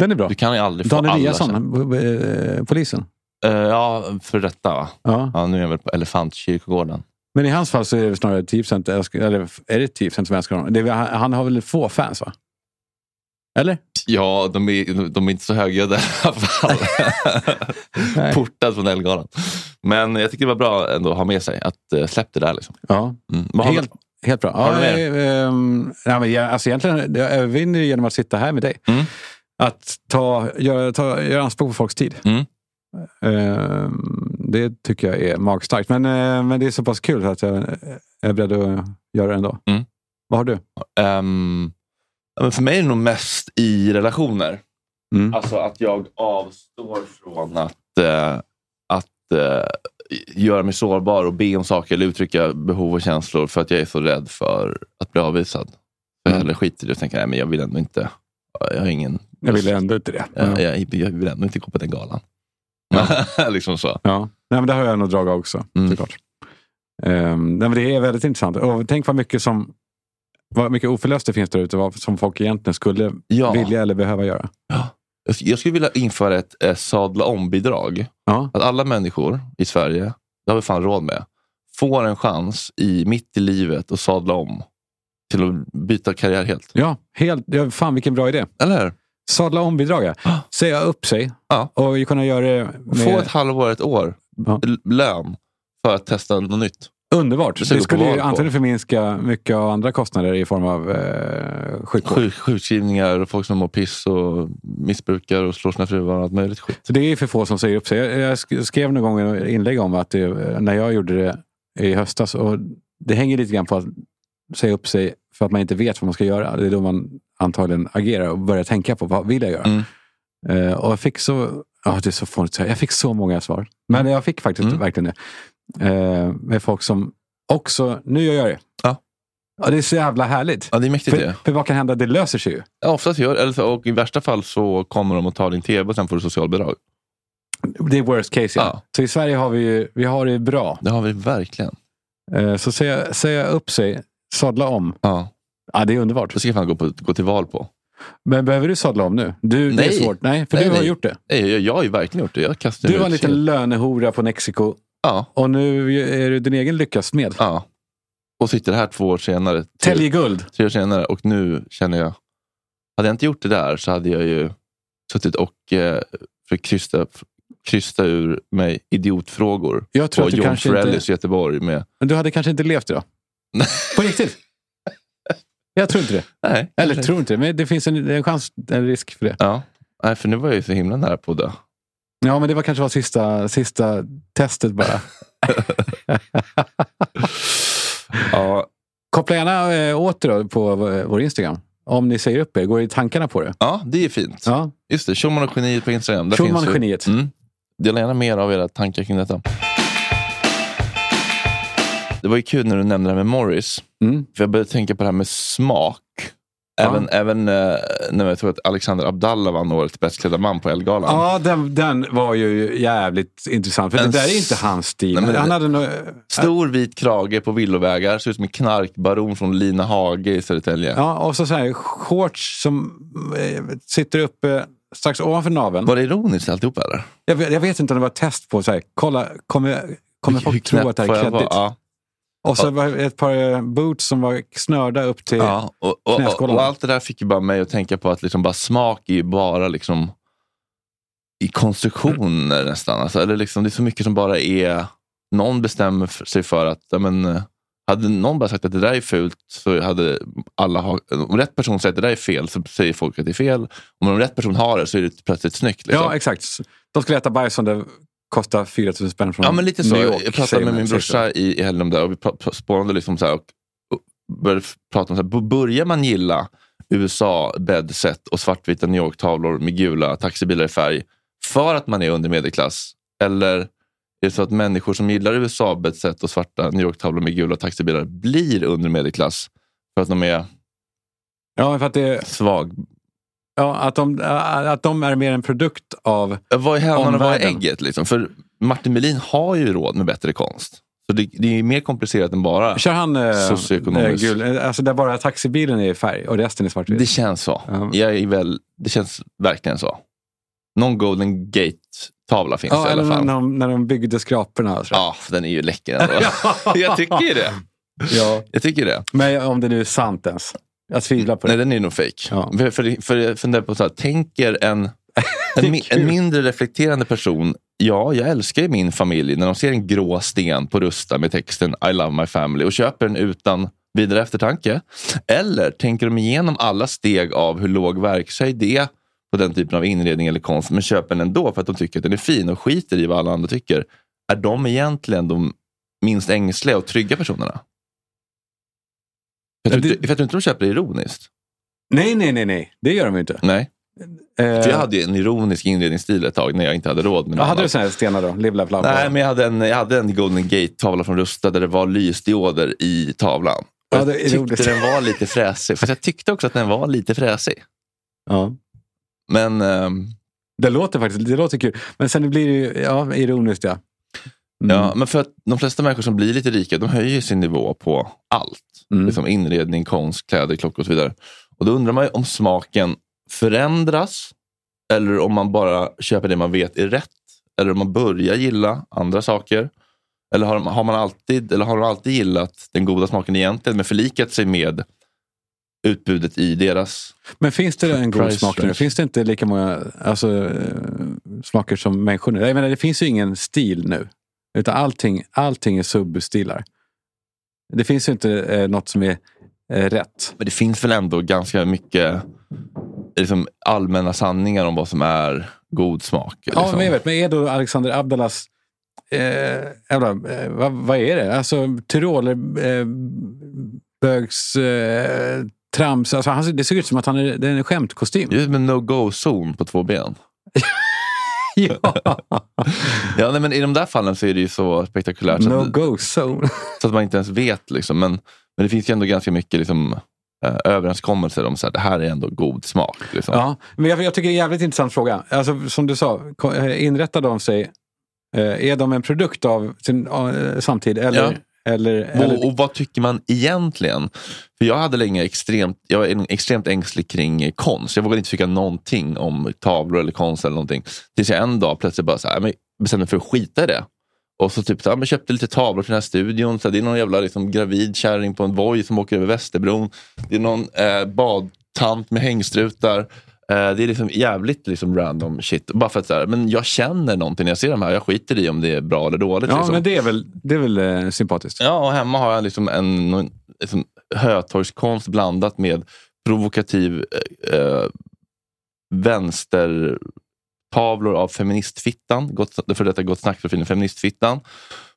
Speaker 2: Den är bra.
Speaker 1: Du kan ju aldrig få
Speaker 2: Dan
Speaker 1: alla
Speaker 2: Eliasson,
Speaker 1: känslor.
Speaker 2: b- b- eh, polisen.
Speaker 1: Eh, ja, för detta va?
Speaker 2: Ja.
Speaker 1: Ja, nu är jag väl på Elefantkyrkogården.
Speaker 2: Men i hans fall så är det snarare 10 älskar, eller är det 10 som älskar honom? Det är, väl- han, han har väl få fans va? Eller?
Speaker 1: Ja, de är, de är inte så högljudda i alla fall. *laughs*
Speaker 2: Nej.
Speaker 1: Portad från Ellegalan. Men jag tycker det var bra ändå att ha med sig. Att eh, släpp det där liksom.
Speaker 2: Ja,
Speaker 1: Mm. Vad har
Speaker 2: helt, helt bra.
Speaker 1: Har du
Speaker 2: ja,
Speaker 1: mer?
Speaker 2: eh, ehm, nej, men jag, alltså egentligen, jag övervinner ju genom att sitta här med dig.
Speaker 1: Mm.
Speaker 2: Att ta, göra, ta, göra anspråk på folks tid.
Speaker 1: Mm.
Speaker 2: Ehm, det tycker jag är magstarkt. Men, eh, men det är så pass kul så att jag är beredd att göra det ändå.
Speaker 1: Mm.
Speaker 2: Vad har du?
Speaker 1: Ehm, ja, men för mig är det nog mest i relationer.
Speaker 2: Mm.
Speaker 1: Alltså att jag avstår från att, eh, att eh, göra mig sårbar och be om saker eller uttrycka behov och känslor för att jag är så rädd för att bli avvisad. Jag
Speaker 2: Mm.
Speaker 1: hellre skiter i det och tänker nej, men jag vill ändå inte. Jag har ingen
Speaker 2: Jag ville ändå inte det.
Speaker 1: Jag,
Speaker 2: Ja.
Speaker 1: Eh, jag, jag vill ändå inte gå på den galan. *laughs* liksom så.
Speaker 2: Ja, nej, men det har jag nog drag av också.
Speaker 1: Mm.
Speaker 2: Såklart. Ehm, nej, men det är väldigt intressant. Och tänk vad mycket som vad mycket oförlöst det finns där ute vad som folk egentligen skulle
Speaker 1: Ja.
Speaker 2: vilja eller behöva göra.
Speaker 1: Jag sk- Jag skulle vilja införa ett eh, sadla om-bidrag.
Speaker 2: Ja.
Speaker 1: Att alla människor i Sverige, det har vi fan råd med, får en chans i mitt i livet att sadla om till att byta karriär helt.
Speaker 2: Ja, helt, ja, fan vilken bra idé.
Speaker 1: Eller hur?
Speaker 2: Sadla om bidrag, ja. Säga upp sig
Speaker 1: Ah. Ja.
Speaker 2: och kunna göra det med...
Speaker 1: Få ett halvår, ett år
Speaker 2: Ja.
Speaker 1: l- lön för att testa något nytt.
Speaker 2: Underbart.
Speaker 1: Det ska
Speaker 2: Det
Speaker 1: gå på
Speaker 2: skulle
Speaker 1: val
Speaker 2: ju
Speaker 1: på.
Speaker 2: antagligen förminska mycket av andra kostnader i form av eh, sjukvård.
Speaker 1: Sjuk, sjukskrivningar, och folk som mår piss och missbrukar och slår sina fruar och allt möjligt skit.
Speaker 2: Så det är för få som säger upp sig. Jag, jag sk- skrev någon gång en inlägg om att det, när jag gjorde det i höstas, och det hänger lite grann på att säga upp sig för att man inte vet vad man ska göra. Det är då man antagligen agerar och börjar tänka på vad vill jag göra?
Speaker 1: Mm.
Speaker 2: Eh, och jag fick så, ja det är så fånigt att säga, jag fick så många svar. Men jag fick faktiskt
Speaker 1: Mm.
Speaker 2: verkligen det. Eh, med folk som också, nu gör jag det.
Speaker 1: Ja.
Speaker 2: Ja, det är så jävla härligt.
Speaker 1: Ja, det är mäktigt
Speaker 2: För,
Speaker 1: det.
Speaker 2: för vad kan hända? Det löser sig ju.
Speaker 1: Ja, oftast gör eller, så- och i värsta fall så kommer de och tar din tv och sen får du socialbidrag.
Speaker 2: Det är worst case. Ja.
Speaker 1: Ja.
Speaker 2: Så i Sverige har vi ju, vi har det ju bra.
Speaker 1: Det har vi verkligen.
Speaker 2: Eh, Så säga, säga upp sig, sadla om.
Speaker 1: Ja.
Speaker 2: Ja, det är underbart.
Speaker 1: Det ska jag fan gå, på, gå till val på.
Speaker 2: Men behöver du sadla om nu? Du, Det är
Speaker 1: Nej.
Speaker 2: svårt. Nej, för
Speaker 1: Nej,
Speaker 2: du har
Speaker 1: nej.
Speaker 2: gjort det.
Speaker 1: Nej, jag, jag har ju verkligen gjort det. Jag kastade
Speaker 2: Du
Speaker 1: mig
Speaker 2: var en
Speaker 1: ut
Speaker 2: liten
Speaker 1: sent.
Speaker 2: lönehora på Mexiko
Speaker 1: Ja.
Speaker 2: och nu är du din egen lyckas med.
Speaker 1: ja. Och sitter här två år senare. Tre,
Speaker 2: Tälje guld.
Speaker 1: tre år senare och nu känner jag. Hade jag inte gjort det där så hade jag ju suttit och eh, försökt krysta, krysta ur mig idiotfrågor.
Speaker 2: Jag tror
Speaker 1: På
Speaker 2: att du
Speaker 1: John
Speaker 2: kanske
Speaker 1: Ferellis
Speaker 2: inte...
Speaker 1: Göteborg med.
Speaker 2: Men du hade kanske inte
Speaker 1: *laughs*
Speaker 2: levt idag. På riktigt. Jag tror inte det.
Speaker 1: Nej,
Speaker 2: Eller
Speaker 1: kanske-
Speaker 2: tror inte det, men det finns en, en chans, en risk för det.
Speaker 1: Ja. Nej, för nu var jag ju så himla nära på det.
Speaker 2: Ja, men det var kanske var sista, sista
Speaker 1: *laughs*
Speaker 2: testet bara.
Speaker 1: Ja,
Speaker 2: Koppla gärna eh, åter då på eh, vår Instagram. Om ni säger upp er, går i tankarna på det?
Speaker 1: ja det är fint.
Speaker 2: Ja.
Speaker 1: Just det, Schulman och geniet på Instagram. Där
Speaker 2: Schulman
Speaker 1: finns
Speaker 2: och
Speaker 1: ju-
Speaker 2: geniet.
Speaker 1: Mm. Dela gärna mer av era tankar kring detta. Det var ju kul när du nämnde det här med Morris.
Speaker 2: Mm.
Speaker 1: För jag började tänka på det här med smak. Även, även eh, när jag tror att Alexander Abdallah vann årets bästklädda man på Ellegalan.
Speaker 2: Ja, den, den var ju jävligt intressant. För
Speaker 1: En
Speaker 2: det där är
Speaker 1: s-
Speaker 2: inte hans stil.
Speaker 1: Nej, men-
Speaker 2: han hade nog...
Speaker 1: Stor vit krage på villovägar. Ser ut som en knarkbaron från Lina Hage i Södertälje.
Speaker 2: Ja, och så, så här, shorts som eh, sitter uppe strax ovanför naveln.
Speaker 1: Var det ironiskt alltihopa eller?
Speaker 2: Jag vet, jag vet inte om det var ett test på så här, kolla, kommer, kommer folk tro att det här
Speaker 1: Får
Speaker 2: är
Speaker 1: jag vara-
Speaker 2: kreddigt?
Speaker 1: Ja.
Speaker 2: Och så var det ett par eh, boots som var snörda upp till...
Speaker 1: Ja, och, och, och,
Speaker 2: knäskålarna.
Speaker 1: och allt det där fick ju bara mig att tänka på att liksom bara smak är ju bara liksom i konstruktioner nästan. Alltså, eller liksom, det är så mycket som bara är... Någon bestämmer f- sig för att ja, men, eh, hade någon bara sagt att det där är fult så hade alla... Ha, om rätt person säger att det där är fel så säger folk att det är fel. Om en rätt person har det så är det plötsligt snyggt. Liksom.
Speaker 2: Ja, exakt. De skulle äta bajs som det kostar 4 000 spänn från
Speaker 1: Ja, men lite så.
Speaker 2: New York.
Speaker 1: jag
Speaker 2: säger
Speaker 1: pratade med
Speaker 2: man,
Speaker 1: min
Speaker 2: säger
Speaker 1: brorsa
Speaker 2: så.
Speaker 1: i, i helgen om det här och vi pra- pra- spånade liksom så här och, och började f- prata om så här, bo- börjar man gilla USA bedset och svartvita New York-tavlor med gula taxibilar i färg för att man är under medelklass? Eller är det så att människor som gillar USA bedset och svarta New York-tavlor med gula taxibilar blir under medelklass för att de är
Speaker 2: Ja, men för att, det,
Speaker 1: svag?
Speaker 2: ja att, de, att de är mer en produkt av...
Speaker 1: Eh, Vad är hönan och vad är
Speaker 2: Omvärlden.
Speaker 1: ägget? Liksom? För Martin Melin har ju råd med bättre konst. Så det, det är ju mer komplicerat än bara...
Speaker 2: Kör han eh, eh,
Speaker 1: Socioekonomisk.
Speaker 2: gul? eh, Alltså där bara taxibilen är i färg och resten är svartvit?
Speaker 1: Det känns så.
Speaker 2: Typ. Ja.
Speaker 1: Jag är väl, det känns verkligen så. Någon Golden Gate-tavla finns
Speaker 2: ja,
Speaker 1: i
Speaker 2: eller
Speaker 1: alla
Speaker 2: när
Speaker 1: fall.
Speaker 2: de, när de byggde skraporna. och så.
Speaker 1: Ja, den är ju läcker
Speaker 2: *laughs*
Speaker 1: ändå. jag tycker ju det.
Speaker 2: Ja.
Speaker 1: Jag tycker det.
Speaker 2: Men om det nu är sant ens. Jag tvivlar på det.
Speaker 1: Nej, den är ju nog fejk.
Speaker 2: Ja.
Speaker 1: För, för, för jag funderar på så här, tänker
Speaker 2: *laughs*
Speaker 1: en, en, mi- en mindre reflekterande person, ja, jag älskar ju min familj, när de ser en grå sten på Rusta med texten I love my family och köper den utan vidare eftertanke. Eller tänker de igenom alla steg av hur låg verkshöjd det är på den typen av inredning eller konst, men köper den ändå för att de tycker att den är fin och skiter i vad alla andra tycker. Är de egentligen de minst ängsliga och trygga personerna? Jag tror,
Speaker 2: Ja, det-
Speaker 1: inte, för jag tror inte de köper det ironiskt.
Speaker 2: Nej, nej, nej, nej. Det gör de ju inte.
Speaker 1: Nej,
Speaker 2: Eh,
Speaker 1: för jag hade ju en ironisk inredningsstil ett tag när jag inte hade råd med
Speaker 2: ja,
Speaker 1: något
Speaker 2: hade du
Speaker 1: annat.
Speaker 2: såna här stenar då? Live, laugh, love?
Speaker 1: Nej, men jag hade en, jag hade en Golden Gate-tavla från Rusta där det var lysdioder i tavlan. Och
Speaker 2: Ja, det är
Speaker 1: jag tyckte
Speaker 2: roligt.
Speaker 1: den var lite fräsig. Fast jag tyckte också att den var lite fräsig.
Speaker 2: ja.
Speaker 1: Men ehm,
Speaker 2: Det låter faktiskt det låter kul. Men sen blir det ju ja, ironiskt. Ja. Mm.
Speaker 1: Ja, men för att de flesta människor som blir lite rika, de höjer ju sin nivå på allt.
Speaker 2: Mm.
Speaker 1: Liksom inredning, konst, kläder, klockor och så vidare. Och då undrar man ju om smaken förändras eller om man bara köper det man vet är rätt. Eller om man börjar gilla andra saker. Eller har, har man alltid, eller har de alltid gillat den goda smaken egentligen men förlikat sig med utbudet i deras...
Speaker 2: Men finns det en god
Speaker 1: Price
Speaker 2: smak nu?
Speaker 1: range.
Speaker 2: Finns det inte lika många alltså, eh, smaker som människor nu? Jag menar, det finns ju ingen stil nu. Utan allting, allting är substilar. Det finns ju inte eh, något som är eh, rätt.
Speaker 1: Men det finns väl ändå ganska mycket liksom, allmänna sanningar om vad som är god smak.
Speaker 2: Ja,
Speaker 1: liksom.
Speaker 2: men jag vet. Men är då Alexander Abdallas... Eh, jävla, eh, vad, vad är det? Alltså, tyroler... Eh, bögs... Eh, trams. Alltså, han, det ser ut som att han är, det är en skämtkostym.
Speaker 1: Just med no-go-zon på två ben.
Speaker 2: *laughs* ja.
Speaker 1: Ja, nej, men I de där fallen så är det ju så spektakulärt så,
Speaker 2: *laughs* No
Speaker 1: att,
Speaker 2: go zone.
Speaker 1: så att man inte ens vet. Liksom. Men, Men det finns ju ändå ganska mycket liksom, eh, överenskommelser om så här, det här är ändå god smak. Liksom.
Speaker 2: Ja, men jag, jag tycker det är en jävligt intressant fråga. Alltså, som du sa, ko- eh, inrättar de sig, eh, är de en produkt av sin eh, samtid? Eller,
Speaker 1: Ja.
Speaker 2: eller, eller,
Speaker 1: Och, och vad tycker man egentligen? För Jag hade länge extremt, jag var en- extremt ängslig kring eh, konst. Jag vågade inte tycka någonting om tavlor eller konst. eller någonting. Tills jag en dag plötsligt bara så här, men bestämde mig för att skita i det. Och så typ så här, men köpte lite tavlor till den här studion. Så här, det är någon jävla liksom, gravid kärring på en voj som åker över Västerbron. Det är någon eh, badtant med hängstrutar. Eh, det är liksom jävligt liksom, random shit. Bara för att så här, men jag känner någonting när jag ser de här. Jag skiter i om det är bra eller dåligt.
Speaker 2: ja,
Speaker 1: liksom.
Speaker 2: men det är väl, det är väl eh, sympatiskt.
Speaker 1: Ja, och hemma har jag liksom en någon- liksom, hötorgskonst blandat med provokativ eh, eh, vänstertavlor av feministfittan, gott, det för detta Gott snack för feministfittan,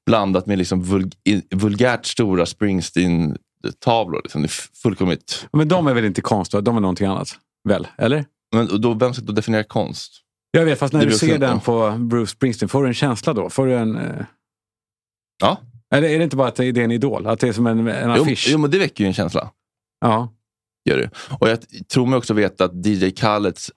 Speaker 1: blandat med liksom vulg, i- vulgärt stora Springsteen-tavlor. Liksom. Det är fullkomligt...
Speaker 2: Men de är väl inte konst, då? de är någonting annat? Väl, eller?
Speaker 1: Men och då, vem ska då definiera konst?
Speaker 2: Jag vet, fast när
Speaker 1: Det
Speaker 2: du
Speaker 1: beror
Speaker 2: ser
Speaker 1: på-
Speaker 2: den på Bruce Springsteen, får du en känsla då? Får du en, eh,
Speaker 1: Ja,
Speaker 2: eller är det inte bara att det är en idol? Att det är som en, en
Speaker 1: jo,
Speaker 2: affisch?
Speaker 1: jo, men det väcker ju en känsla.
Speaker 2: Ja.
Speaker 1: Gör det. Och jag t- tror mig också veta att DJ Khaleds,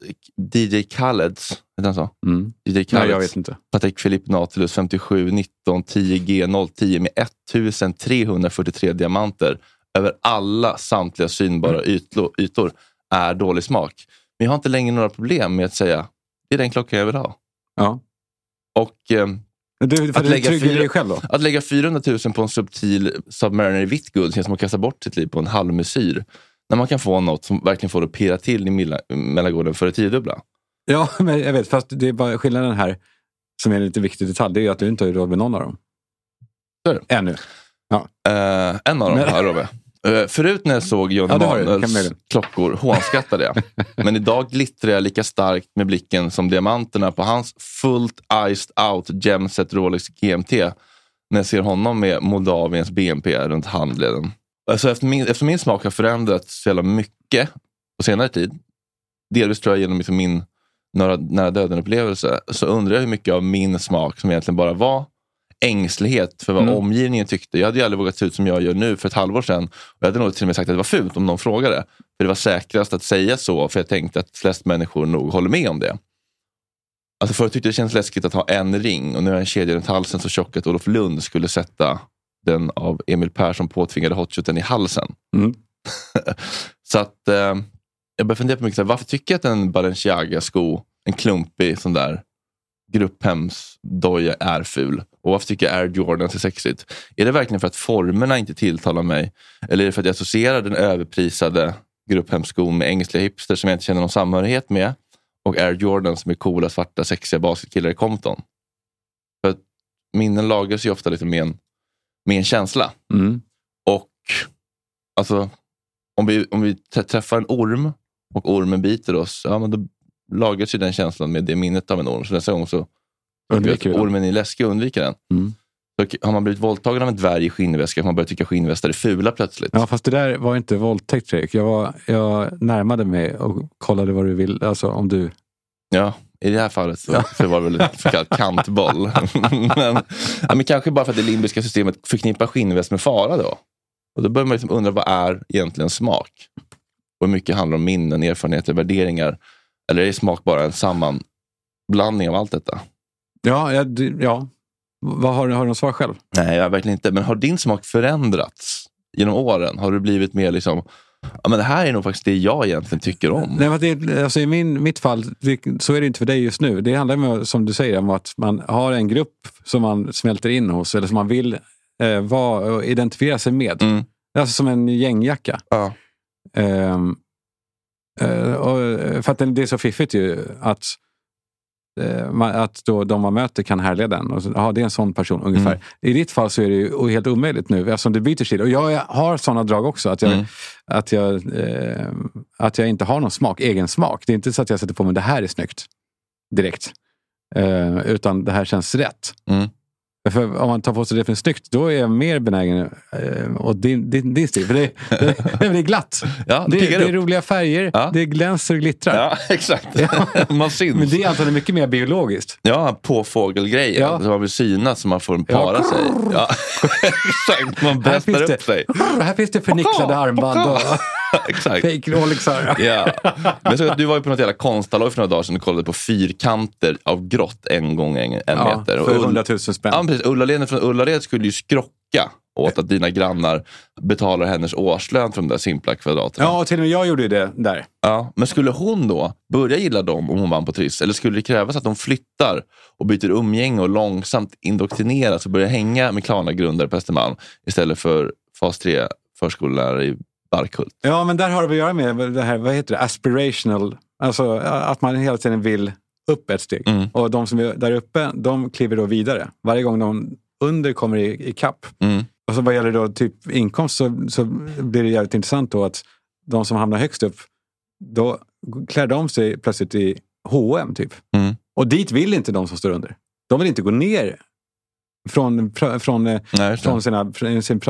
Speaker 1: DJ Khaleds, heter han så?
Speaker 2: Mm.
Speaker 1: DJ
Speaker 2: Nej, jag
Speaker 1: Khaleds-
Speaker 2: vet inte.
Speaker 1: Patrik Filip Nautilus 57 19 10 G 010 med 1343 diamanter över alla samtliga synbara ytlo, ytor är dålig smak. Men jag har inte längre några problem med att säga det är den klockan jag vill ha.
Speaker 2: Ja.
Speaker 1: Och ehm,
Speaker 2: Du, för
Speaker 1: Att
Speaker 2: att du
Speaker 1: lägga
Speaker 2: trygger
Speaker 1: fyra-
Speaker 2: dig själv då?
Speaker 1: att lägga 400 000 på en subtil Submariner i vitt guld känns som att kasta bort sitt liv på en halvmesyr. När man kan få något som verkligen får det att pirra till i milla- mellangården för det tiodubbla.
Speaker 2: Ja, *laughs* men jag vet. Fast det är bara skillnaden här, som är en lite viktig detalj, det är ju att du inte har råd med någon av dem.
Speaker 1: Så är det.
Speaker 2: Ännu.
Speaker 1: Eh, en av dem
Speaker 2: Men-
Speaker 1: har jag Robbe. Eh, Förut när jag såg John
Speaker 2: Ja, det har du. Kan
Speaker 1: Manuels
Speaker 2: möjligen.
Speaker 1: klockor hånskrattade
Speaker 2: *laughs*
Speaker 1: jag. Men idag glittrar jag lika starkt med blicken som diamanterna på hans fullt iced out gemset Rolex GMT när jag ser honom med Moldaviens BNP runt handleden. Alltså efter min, efter min smak har förändrats så jävla mycket på senare tid, delvis tror jag genom liksom min nära, nära döden-upplevelse, så undrar jag hur mycket av min smak som egentligen bara var ängslighet för vad omgivningen tyckte. Jag hade ju aldrig vågat se ut som jag gör nu för ett halvår sedan. Och jag hade nog till och med sagt att det var fult om någon frågade. För det var säkrast att säga så, för jag tänkte att flest människor nog håller med om det. Alltså förut tyckte jag det kändes läskigt att ha en ring och nu har jag en kedja runt halsen så tjock att Olof Lund skulle sätta den av Emil Persson påtvingade hotshoten i halsen.
Speaker 2: Mm.
Speaker 1: *laughs* Så att eh, jag börjar fundera på mycket, så här, varför tycker jag att en Balenciaga-sko, en klumpig sån där grupphemsdoja är ful? Och varför tycker jag Air Jordans är sexigt? Är det verkligen för att formerna inte tilltalar mig? Eller är det för att jag associerar den överprisade grupphemsskon med ängsliga hipster som jag inte känner någon samhörighet med? Och Air Jordans med coola, svarta, sexiga basketkillar i Compton? För att minnen lagras ju ofta lite med en, med en känsla.
Speaker 2: Mm.
Speaker 1: Och alltså, om vi, om vi trä- träffar en orm och ormen biter oss, ja, men då lagras ju den känslan med det minnet av en orm. Så nästa gång så
Speaker 2: Undviker vi
Speaker 1: att
Speaker 2: den.
Speaker 1: ormen är läskig och undviker den.
Speaker 2: Mm.
Speaker 1: Så k- har man blivit våldtagen av en dvärg i skinnväska kan man börja tycka skinnvästar är fula plötsligt.
Speaker 2: Ja, fast det där var inte våldtäkt Fredrik. Jag, var, jag närmade mig och kollade vad du ville. Alltså om du...
Speaker 1: Ja, I det här fallet så, så var det väl en så kallad kantboll. men, ja, men kanske bara för att det limbiska systemet förknippar skinnväst med fara då. Och då börjar man liksom undra vad är egentligen smak? Och hur mycket handlar om minnen, erfarenheter, värderingar? Eller är smak bara en sammanblandning av allt detta?
Speaker 2: Ja, jag, du- ja. Vad har, du- har du något svar själv?
Speaker 1: Nej, jag verkligen inte. Men har din smak förändrats genom åren? Har du blivit mer liksom, ja men det här är nog faktiskt det jag egentligen tycker om.
Speaker 2: Nej, men det, alltså I min, mitt fall, det, så är det inte för dig just nu. Det handlar om, som du säger om att man har en grupp som man smälter in hos eller som man vill eh, vara och identifiera sig med.
Speaker 1: Mm.
Speaker 2: Alltså som en gängjacka.
Speaker 1: Ja.
Speaker 2: Ehm, eh, och, för att det- det är så fiffigt ju att, eh, man, att då de man möter kan härleda den. Och så, aha, det är en sån person ungefär.
Speaker 1: Mm.
Speaker 2: I ditt fall så är det ju o- helt omöjligt nu eftersom du byter stil. Och jag har sådana drag också. Att jag,
Speaker 1: Mm.
Speaker 2: att, jag, eh, att jag inte har någon smak, egen smak. Det är inte så att jag sätter på mig det här är snyggt direkt. Eh, utan det här känns rätt.
Speaker 1: Mm.
Speaker 2: För om man tar på sig det för snyggt, då är jag mer benägen eh, åt din, din, din stil. För det, det, det, det är glatt.
Speaker 1: *laughs* Ja,
Speaker 2: det, det
Speaker 1: piggar
Speaker 2: är
Speaker 1: upp.
Speaker 2: roliga färger,
Speaker 1: Ja.
Speaker 2: det glänser och glittrar.
Speaker 1: *laughs* Ja, exakt. *laughs* Man syns.
Speaker 2: Men det är antagligen mycket mer biologiskt.
Speaker 1: Ja, påfågelgrejen.
Speaker 2: Ja.
Speaker 1: Så man vill synas så man får en para
Speaker 2: Ja.
Speaker 1: sig.
Speaker 2: *laughs*
Speaker 1: Ja, exakt, man
Speaker 2: Här finns
Speaker 1: bästar upp
Speaker 2: det-
Speaker 1: sig.
Speaker 2: *laughs*
Speaker 1: *laughs*
Speaker 2: Här finns det förnicklade armband och *laughs* liksom.
Speaker 1: exakt. *laughs*
Speaker 2: fake Rolexar.
Speaker 1: Ja. Men så, du var ju på något jävla konsthalloj för några dagar sedan och kollade på fyrkanter av grått en gång en, en
Speaker 2: Ja,
Speaker 1: meter. Och
Speaker 2: för
Speaker 1: Ull-
Speaker 2: 100 000 spänn.
Speaker 1: Ja, men precis. Ullared från Ullared skulle ju skrocka åt att dina grannar betalar hennes årslön för de där simpla kvadraterna.
Speaker 2: Ja, och till och med jag gjorde ju det där.
Speaker 1: Ja, men skulle hon då börja gilla dem om hon vann på Triss? Eller skulle det krävas att de flyttar och byter umgänge och långsamt indoktrineras och börjar hänga med Klarna-grundare på Östermalm istället för fas 3 förskollärare i Barkhult?
Speaker 2: Ja, men där har det att göra med det här, vad heter det, aspirational. Alltså att man hela tiden vill upp ett steg.
Speaker 1: Mm.
Speaker 2: Och de som är där uppe, de kliver då vidare. Varje gång de under kommer i, i kapp.
Speaker 1: Mm.
Speaker 2: Och så vad gäller då typ inkomst så, så blir det jävligt intressant då att de som hamnar högst upp, då klär de sig plötsligt i H&M typ.
Speaker 1: Mm.
Speaker 2: Och dit vill inte de som står under. De vill inte gå ner från, fra- från, eh,
Speaker 1: Nej, just det.
Speaker 2: från, sina, från sin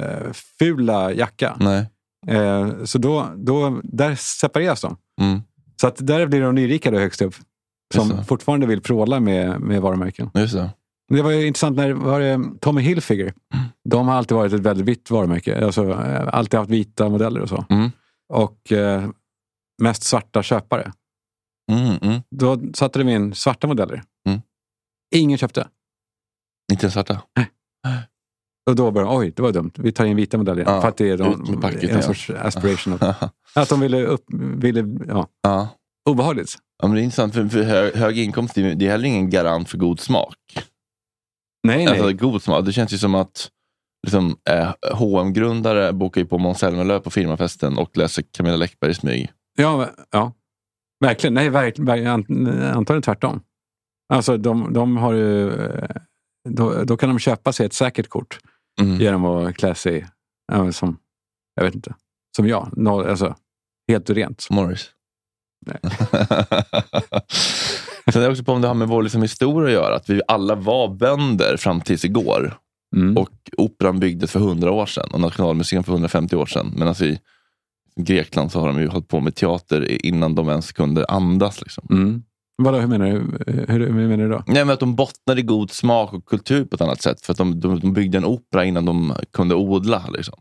Speaker 2: Prada-fula jacka.
Speaker 1: Nej.
Speaker 2: Eh, så då, då, där separeras de.
Speaker 1: Mm.
Speaker 2: Så att där blir de nyrika då högst upp. Som
Speaker 1: Just det.
Speaker 2: fortfarande vill pråla med, med varumärken.
Speaker 1: Just det.
Speaker 2: Men Det var ju intressant när var det Tommy Hilfiger.
Speaker 1: Mm.
Speaker 2: De har alltid varit ett väldigt vitt varumärke. Alltså, eh, alltid haft vita modeller och så.
Speaker 1: Mm.
Speaker 2: Och eh, mest svarta köpare.
Speaker 1: Mm, mm.
Speaker 2: Då satte de in svarta modeller.
Speaker 1: Mm.
Speaker 2: Ingen köpte.
Speaker 1: Inte den svarta. *laughs*
Speaker 2: Och då började de, oj, det var dumt. Vi tar in vita modeller.
Speaker 1: Ja,
Speaker 2: för att det är
Speaker 1: ut med
Speaker 2: de,
Speaker 1: packet,
Speaker 2: en
Speaker 1: ja.
Speaker 2: sorts
Speaker 1: *laughs*
Speaker 2: aspirational.
Speaker 1: ja.
Speaker 2: Att de ville, upp, ville ja, obehagligt.
Speaker 1: ja, men det är intressant. För, för hög, hög inkomst det är det är heller ingen garant för god smak.
Speaker 2: Nej, nej.
Speaker 1: Alltså god smak. Det känns ju som att liksom, eh, hm grundare bokar ju på Måns Zelmerlöw på firmafesten och läser Camilla Läckberg i smyg.
Speaker 2: Ja, men- ja. verkligen. Nej, verk, verk, an- antagligen tvärtom. Alltså, de, de har ju, eh, då, då kan de köpa sig ett säkert kort
Speaker 1: Mm.
Speaker 2: genom att klä sig ja, men som, jag vet inte, som jag. No, alltså, helt rent.
Speaker 1: Morris.
Speaker 2: Nej.
Speaker 1: *laughs* Sen är jag också på om det har med vår liksom, historia att göra. Att vi alla var bönder fram tills igår.
Speaker 2: Mm.
Speaker 1: Och operan byggdes för 100 år sedan och Nationalmuseum för 150 år sedan. Men alltså i Grekland så har de ju hållit på med teater i- innan de ens kunde andas. Liksom.
Speaker 2: Mm. Vadå, hur menar du? Hur, hur menar du då?
Speaker 1: Nej, men att de bottnade i god smak och kultur på ett annat sätt. För att de, de, de byggde en opera innan de kunde odla. Liksom.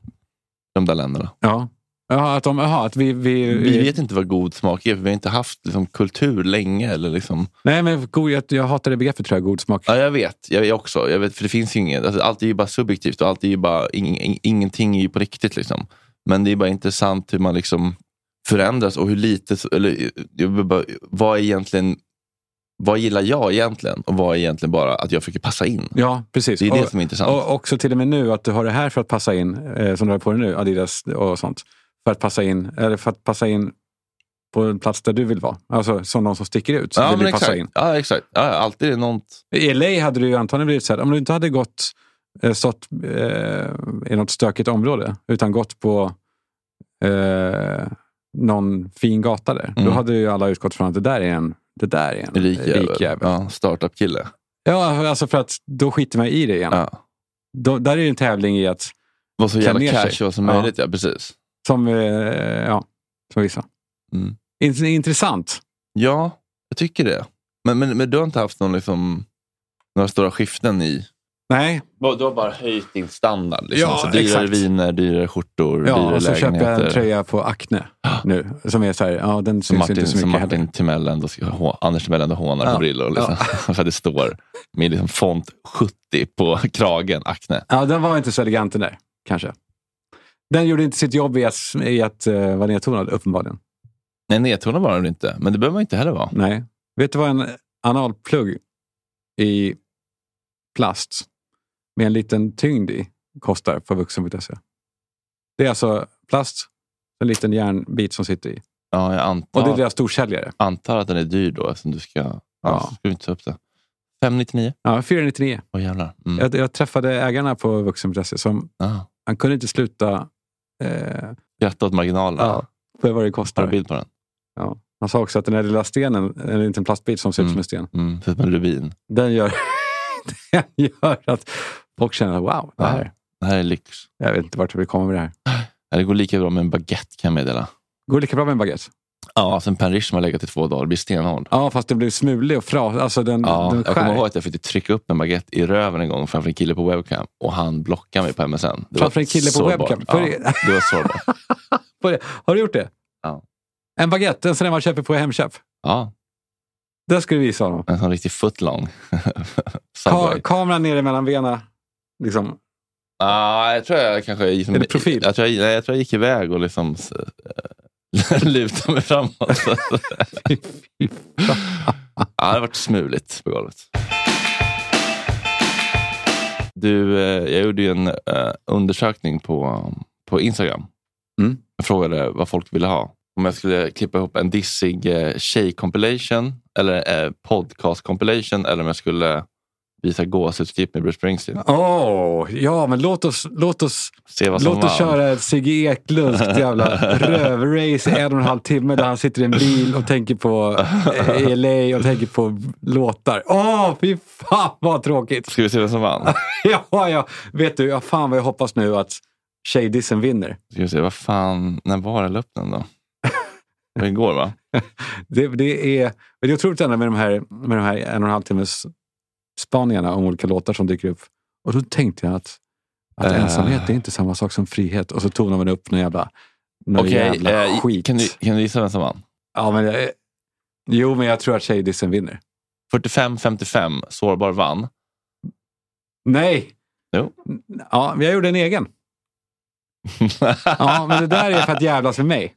Speaker 1: De där länderna.
Speaker 2: Ja. Jaha, att, de, aha, att vi, vi,
Speaker 1: Vi vet inte vad god smak är, för vi har inte haft liksom, kultur länge. Eller, liksom.
Speaker 2: Nej, men god, jag, jag hatar det begreppet tror jag, god smak.
Speaker 1: ja, jag vet, jag, jag också. Jag vet, för det finns ju inget. Alltså, allt är ju bara subjektivt och allt är ju bara, ing, ing, ingenting är ju på riktigt. Liksom. Men det är bara intressant hur man liksom förändras och hur lite... Eller, jag vill bara, vad är egentligen... Vad gillar jag egentligen? Och vad är egentligen bara att jag försöker passa in?
Speaker 2: Ja, precis.
Speaker 1: Det är det
Speaker 2: Och-
Speaker 1: som är intressant.
Speaker 2: Och också till och med nu, att du har det här för att passa in, eh, som du har på dig nu, Adidas och sånt. För att passa in, eller för att passa in på en plats där du vill vara. Alltså som någon som sticker ut. Så vill du passa
Speaker 1: exakt.
Speaker 2: in.
Speaker 1: Ja, exakt. Ja, ja, alltid är det något...
Speaker 2: I LA hade du ju antagligen blivit så här, om du inte hade gått, eh, stått eh, i något stökigt område, utan gått på eh, någon fin gata där.
Speaker 1: Mm.
Speaker 2: Då hade ju alla utgått från att det där är en det där är en
Speaker 1: Rik jävel.
Speaker 2: jävel.
Speaker 1: Ja, startup-kille.
Speaker 2: Ja, alltså för att då skiter man i det igen.
Speaker 1: Ja.
Speaker 2: Då, där är det en tävling i att
Speaker 1: Var så
Speaker 2: Klä
Speaker 1: jävla
Speaker 2: ner sig.
Speaker 1: casual som
Speaker 2: Ja.
Speaker 1: möjligt. Ja, precis.
Speaker 2: Som, eh, ja, som vissa.
Speaker 1: Mm.
Speaker 2: Int- Intressant.
Speaker 1: Ja, jag tycker det. Men, men, men du har inte haft någon, liksom, några stora skiften i...
Speaker 2: Nej,
Speaker 1: Du har bara höjt din standard. Liksom.
Speaker 2: Ja,
Speaker 1: så dyrare
Speaker 2: exakt.
Speaker 1: viner, dyrare skjortor,
Speaker 2: ja,
Speaker 1: dyrare
Speaker 2: och så köper
Speaker 1: lägenheter.
Speaker 2: jag en tröja på Acne nu. Som är så här, ja
Speaker 1: Som
Speaker 2: den syns
Speaker 1: Martin,
Speaker 2: inte så
Speaker 1: som
Speaker 2: mycket heller.
Speaker 1: Martin Timell ändå, hå- Anders Timell ändå hånar
Speaker 2: Ja.
Speaker 1: på brillor. Liksom. *laughs* För att det står med liksom font 70 på *laughs* kragen, Acne.
Speaker 2: Ja, den var inte så elegant den där, kanske. Den gjorde inte sitt jobb i att, i att eh, vara nedtonad, uppenbarligen.
Speaker 1: Nej, nedtonad var den inte, men det behöver man inte heller vara.
Speaker 2: Nej. Vet du vad en analplugg i plast med en liten tyngd i kostar för vuxen.se? E? Det är alltså plast, en liten järnbit som sitter i.
Speaker 1: Ja, jag
Speaker 2: Och det är
Speaker 1: antar,
Speaker 2: deras storsäljare.
Speaker 1: antar att den är dyr då, eftersom du ska... Ja.
Speaker 2: Ja.
Speaker 1: ska du inte ta upp det. 599?
Speaker 2: Ja, 499.
Speaker 1: Åh jävlar. Mm.
Speaker 2: Jag, jag träffade ägarna på vuxen.se som
Speaker 1: Ah.
Speaker 2: han kunde inte sluta eh,
Speaker 1: Skratta åt marginalerna.
Speaker 2: för vad det
Speaker 1: Har du
Speaker 2: kostar.
Speaker 1: bild på den?
Speaker 2: Ja. Han sa också att den här lilla stenen, en liten plastbit som ser ut som en sten,
Speaker 1: Mm. Sätt på en rubin.
Speaker 2: den gör, *laughs* den gör att folk känner wow, det här,
Speaker 1: Det här är lyx.
Speaker 2: jag vet inte vart jag vill komma med det här.
Speaker 1: Ja, det går lika bra med en baguette kan jag meddela.
Speaker 2: Går lika bra med en baguette?
Speaker 1: Ja, alltså en panrish som har legat i två dagar blir stenhård.
Speaker 2: Ja, fast den blir smulig och fras. Alltså den,
Speaker 1: Ja,
Speaker 2: den
Speaker 1: jag kommer
Speaker 2: skär.
Speaker 1: ihåg att jag fick trycka upp en baguette i röven en gång framför en kille på webcam och han blockade mig på MSN. Det
Speaker 2: Framför en kille på
Speaker 1: sårbart.
Speaker 2: webcam?
Speaker 1: Ja,
Speaker 2: För-
Speaker 1: det var sårbart.
Speaker 2: Vad är det? Har du gjort det?
Speaker 1: Ja.
Speaker 2: En baguette, en sån där man köper på Hemköp.
Speaker 1: Ja,
Speaker 2: Det ska du visa honom.
Speaker 1: en sån riktig footlong.
Speaker 2: Ka
Speaker 1: Subway.
Speaker 2: kameran nere mellan benen. Liksom.
Speaker 1: Ja, jag tror jag kanske... Gick,
Speaker 2: Är det profil?
Speaker 1: Jag tror jag, nej, jag, tror jag gick iväg och liksom s- eh, *laughs* lutade mig
Speaker 2: *laughs*
Speaker 1: framåt. ja, det varit smuligt på golvet. Du, eh, jag gjorde ju en eh, undersökning på, på Instagram.
Speaker 2: Mm.
Speaker 1: Jag frågade vad folk ville ha. Om jag skulle klippa ihop en dissig eh, tjej-compilation eller eh, podcast-compilation eller om jag skulle visa gåshudsklipp med Bruce Springsteen.
Speaker 2: Åh, ja, men låt oss, låt oss,
Speaker 1: Se vad som
Speaker 2: låt oss
Speaker 1: vann.
Speaker 2: köra ett Sigge
Speaker 1: *laughs*
Speaker 2: Eklundskt jävla rövrace i en och en halv timme där han sitter i en bil och tänker på eh, LA och tänker på låtar. Åh, fy fan vad tråkigt! *laughs*
Speaker 1: Ska vi se vem som vann?
Speaker 2: Ja, ja. Vet du, ja, fan vad jag hoppas nu att tjejdissen vinner.
Speaker 1: Ska vi se, vad fan, när var det jag la upp den då? Det var igår va?
Speaker 2: Det, det, är, men det är otroligt ändå med de här, med de här en och en halv timmes spaningarna om olika låtar som dyker upp. Och då tänkte jag att, att
Speaker 1: Eh.
Speaker 2: ensamhet är inte samma sak som frihet. Och så tonar man upp någon jävla, någon
Speaker 1: Okej,
Speaker 2: jävla
Speaker 1: eh,
Speaker 2: skit.
Speaker 1: kan, du, kan du gissa vem som vann?
Speaker 2: Ja, men, jag- jo, men jag tror att tjejdissen vinner.
Speaker 1: 45-55, Sårbar
Speaker 2: *laughs*
Speaker 1: vann.
Speaker 2: Nej!
Speaker 1: Jo.
Speaker 2: Ja, men jag gjorde en egen. Ja, men det där är för att jävlas med
Speaker 1: *laughs*
Speaker 2: mig.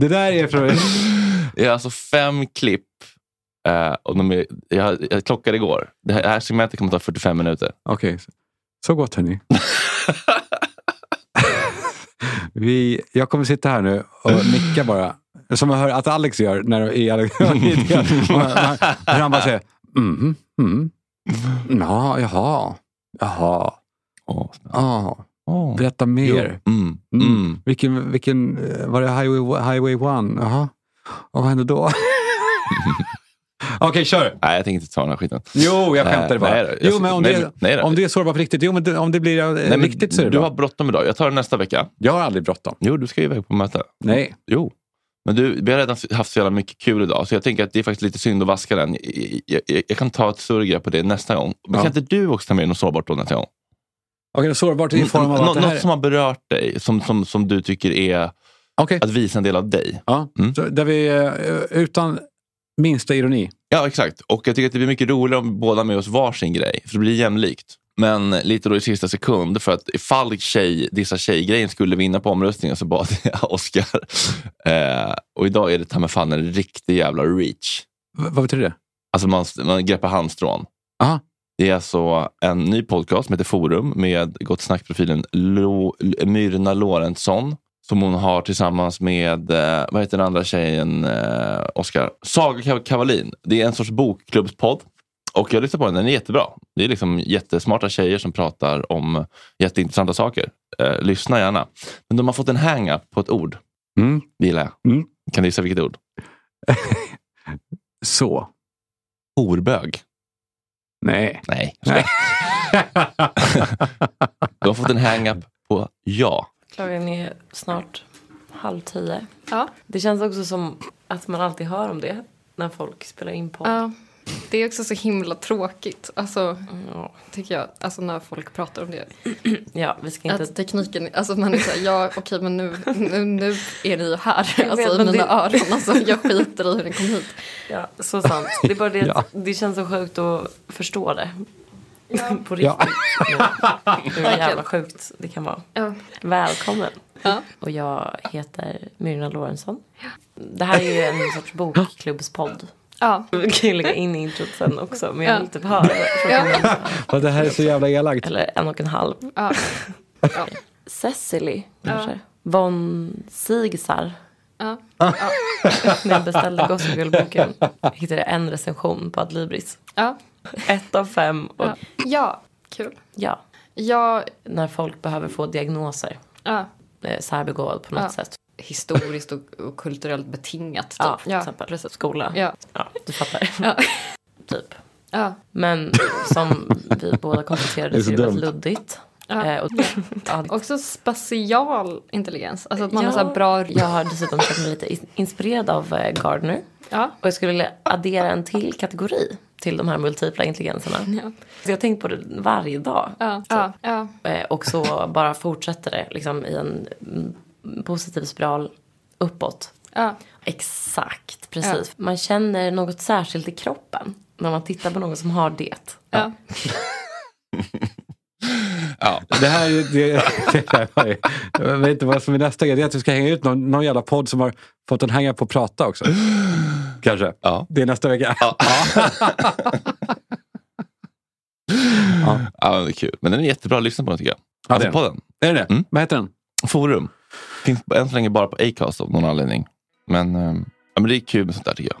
Speaker 2: Det där är för att...
Speaker 1: Det är alltså fem klipp. eh, och de är, jag, jag klockade igår. Det här, det här segmentet kommer ta 45 minuter.
Speaker 2: Okej, så
Speaker 1: *laughs*
Speaker 2: gott hörni. Vi, jag kommer sitta här nu och nicka bara. Som jag hör att Alex gör när i Alex, när han bara säger mhm, mm, ja, jaha, jaha,
Speaker 1: Åh,
Speaker 2: ja,
Speaker 1: åh.
Speaker 2: berätta mer.
Speaker 1: Mm, mm.
Speaker 2: Vilken, vilken, eh, var det Highway, highway One? Jaha, och vad
Speaker 1: *laughs*
Speaker 2: hände då? Okej, kör!
Speaker 1: Nej, jag tänker inte ta den här skiten.
Speaker 2: Jo, jag
Speaker 1: Nej,
Speaker 2: skämtar bara.
Speaker 1: Äh, nej då. Jag
Speaker 2: jo,
Speaker 1: ska-
Speaker 2: men om,
Speaker 1: nej,
Speaker 2: det,
Speaker 1: men- nej då.
Speaker 2: om det är sårbar på riktigt, jo, men det- om det blir eh,
Speaker 1: Nej, men
Speaker 2: riktigt så är det
Speaker 1: du
Speaker 2: bra.
Speaker 1: har bråttom idag. Jag tar den nästa vecka.
Speaker 2: Jag har aldrig bråttom.
Speaker 1: Jo, du ska ju iväg på möte.
Speaker 2: Nej.
Speaker 1: Jo. Men du, vi har redan haft så jävla mycket kul idag, så jag tänker att det är faktiskt lite synd att vaska den. Jag, jag- jag, jag kan ta ett surga på det nästa gång. Men
Speaker 2: Ja.
Speaker 1: kan inte du också ta med något sårbart då nästa gång?
Speaker 2: Okej, sårbart i form av
Speaker 1: Nå-
Speaker 2: att det här...
Speaker 1: Något som har berört dig, som, som, som du tycker är
Speaker 2: Okej.
Speaker 1: att visa en del av dig.
Speaker 2: Ja.
Speaker 1: Mm.
Speaker 2: Så där vi, eh, utan minsta ironi.
Speaker 1: Ja, exakt. Och jag tycker att det blir mycket roligare om båda med oss varsin grej, för det blir jämlikt. Men lite då i sista sekund, för att ifall tjej, dessa tjejgrejen skulle vinna på omröstningen så bad *laughs* jag Oscar. Eh, och idag är det ta mig fan en riktig jävla reach.
Speaker 2: V vad betyder det?
Speaker 1: Alltså man, man greppar handstrån.
Speaker 2: Aha.
Speaker 1: Det är alltså en ny podcast som heter Forum med Gott Snack-profilen Lo- L- Myrna Lorentzon som hon har tillsammans med, eh, vad heter den andra tjejen, eh, Oskar? Saga Kav- Kavalin. Det är en sorts bokklubbspodd. Och jag lyssnar på den, den är jättebra. Det är liksom jättesmarta tjejer som pratar om jätteintressanta saker. Eh, lyssna gärna. Men de har fått en hang-up på ett ord.
Speaker 2: Mm.
Speaker 1: Det gillar jag.
Speaker 2: Mm.
Speaker 1: Kan du gissa vilket ord?
Speaker 2: Så.
Speaker 1: Horbög.
Speaker 2: Nej.
Speaker 1: Nej. *laughs* Du har fått en hang-up på ja.
Speaker 8: Klockan är snart halv tio.
Speaker 9: Ja.
Speaker 8: Det känns också som att man alltid hör om det när folk spelar in podd.
Speaker 9: Ja. Det är också så himla tråkigt, alltså,
Speaker 8: Ja.
Speaker 9: tycker jag, alltså när folk pratar om det.
Speaker 8: Ja, vi ska inte...
Speaker 9: Att tekniken, alltså man
Speaker 8: *laughs*
Speaker 9: är såhär, ja okej men nu, nu, nu är ni ju här,
Speaker 8: Jag vet,
Speaker 9: alltså i
Speaker 8: men
Speaker 9: mina
Speaker 8: det-
Speaker 9: öron, alltså jag skiter i hur ni kom hit.
Speaker 8: Ja, så sant. Det är bara det
Speaker 2: Ja.
Speaker 8: att det känns så sjukt att förstå det. *laughs* På riktigt.
Speaker 2: Ja.
Speaker 8: Hur jävla sjukt det kan vara.
Speaker 9: Ja.
Speaker 8: Välkommen.
Speaker 9: Ja.
Speaker 8: Och jag heter Myrna Lorentzon. Det här är ju en sorts bokklubbspodd.
Speaker 9: Ja.
Speaker 8: Vi kan ju lägga in introt sen också, men jag
Speaker 9: Ja.
Speaker 8: vill typ höra det.
Speaker 9: Ja.
Speaker 2: Och det här är så jävla elakt.
Speaker 8: Eller en och en halv.
Speaker 9: Ja.
Speaker 8: *laughs* Cecily, kanske. Von Sigsar.
Speaker 9: Ja.
Speaker 8: När jag beställde Gossip Girl-boken hittade jag en recension på Adlibris.
Speaker 9: *laughs* Ja.
Speaker 8: Ett av fem. Och ja.
Speaker 9: Ja. ja, kul. Ja,
Speaker 8: när folk behöver få diagnoser.
Speaker 9: ja.
Speaker 8: Eh, särbegåvad på något
Speaker 9: Ja.
Speaker 8: sätt.
Speaker 9: Historiskt och, och kulturellt betingat. Typ.
Speaker 8: Ja, till
Speaker 9: ja.
Speaker 8: exempel. Skola.
Speaker 9: Ja.
Speaker 8: *laughs* Ja, du fattar.
Speaker 9: Ja.
Speaker 8: Typ.
Speaker 9: ja.
Speaker 8: Men som vi båda konstaterade
Speaker 2: Det är
Speaker 8: så
Speaker 2: så
Speaker 8: är det
Speaker 2: dumt.
Speaker 8: väldigt luddigt.
Speaker 9: Ja.
Speaker 8: Eh, och, ja,
Speaker 9: Också spatial intelligens. Alltså att man har
Speaker 8: Ja.
Speaker 9: så här bra...
Speaker 8: Jag har dessutom känt mig lite is- inspirerad av eh, Gardner. Och jag skulle vilja addera en till kategori till de här multipla intelligenserna.
Speaker 9: Ja.
Speaker 8: Så jag har tänkt på det varje dag.
Speaker 9: Ja, ja, ja.
Speaker 8: Eh, Och så bara fortsätter det liksom i en mm, positiv spiral uppåt.
Speaker 9: Ja.
Speaker 8: Exakt, precis. Man känner något särskilt i kroppen när man tittar på någon som har det.
Speaker 9: Ja.
Speaker 1: Ja.
Speaker 2: Det här, är- det, det här var ju, jag vet inte vad som är nästa grej. Det är att vi ska hänga ut någon, någon jävla podd som har fått en hänga på att prata också. Kanske.
Speaker 1: Ja.
Speaker 2: Det är nästa vecka.
Speaker 1: Ja. men det är kul. Men den är jättebra att lyssna på tycker jag.
Speaker 2: Ja,
Speaker 1: alltså
Speaker 2: det
Speaker 1: på den.
Speaker 2: Är det det?
Speaker 1: Mm.
Speaker 2: Vad heter den?
Speaker 1: Forum. Finns än så länge bara på Acast av någon anledning. Men, ehm, ja, men det är kul med sånt där tycker jag.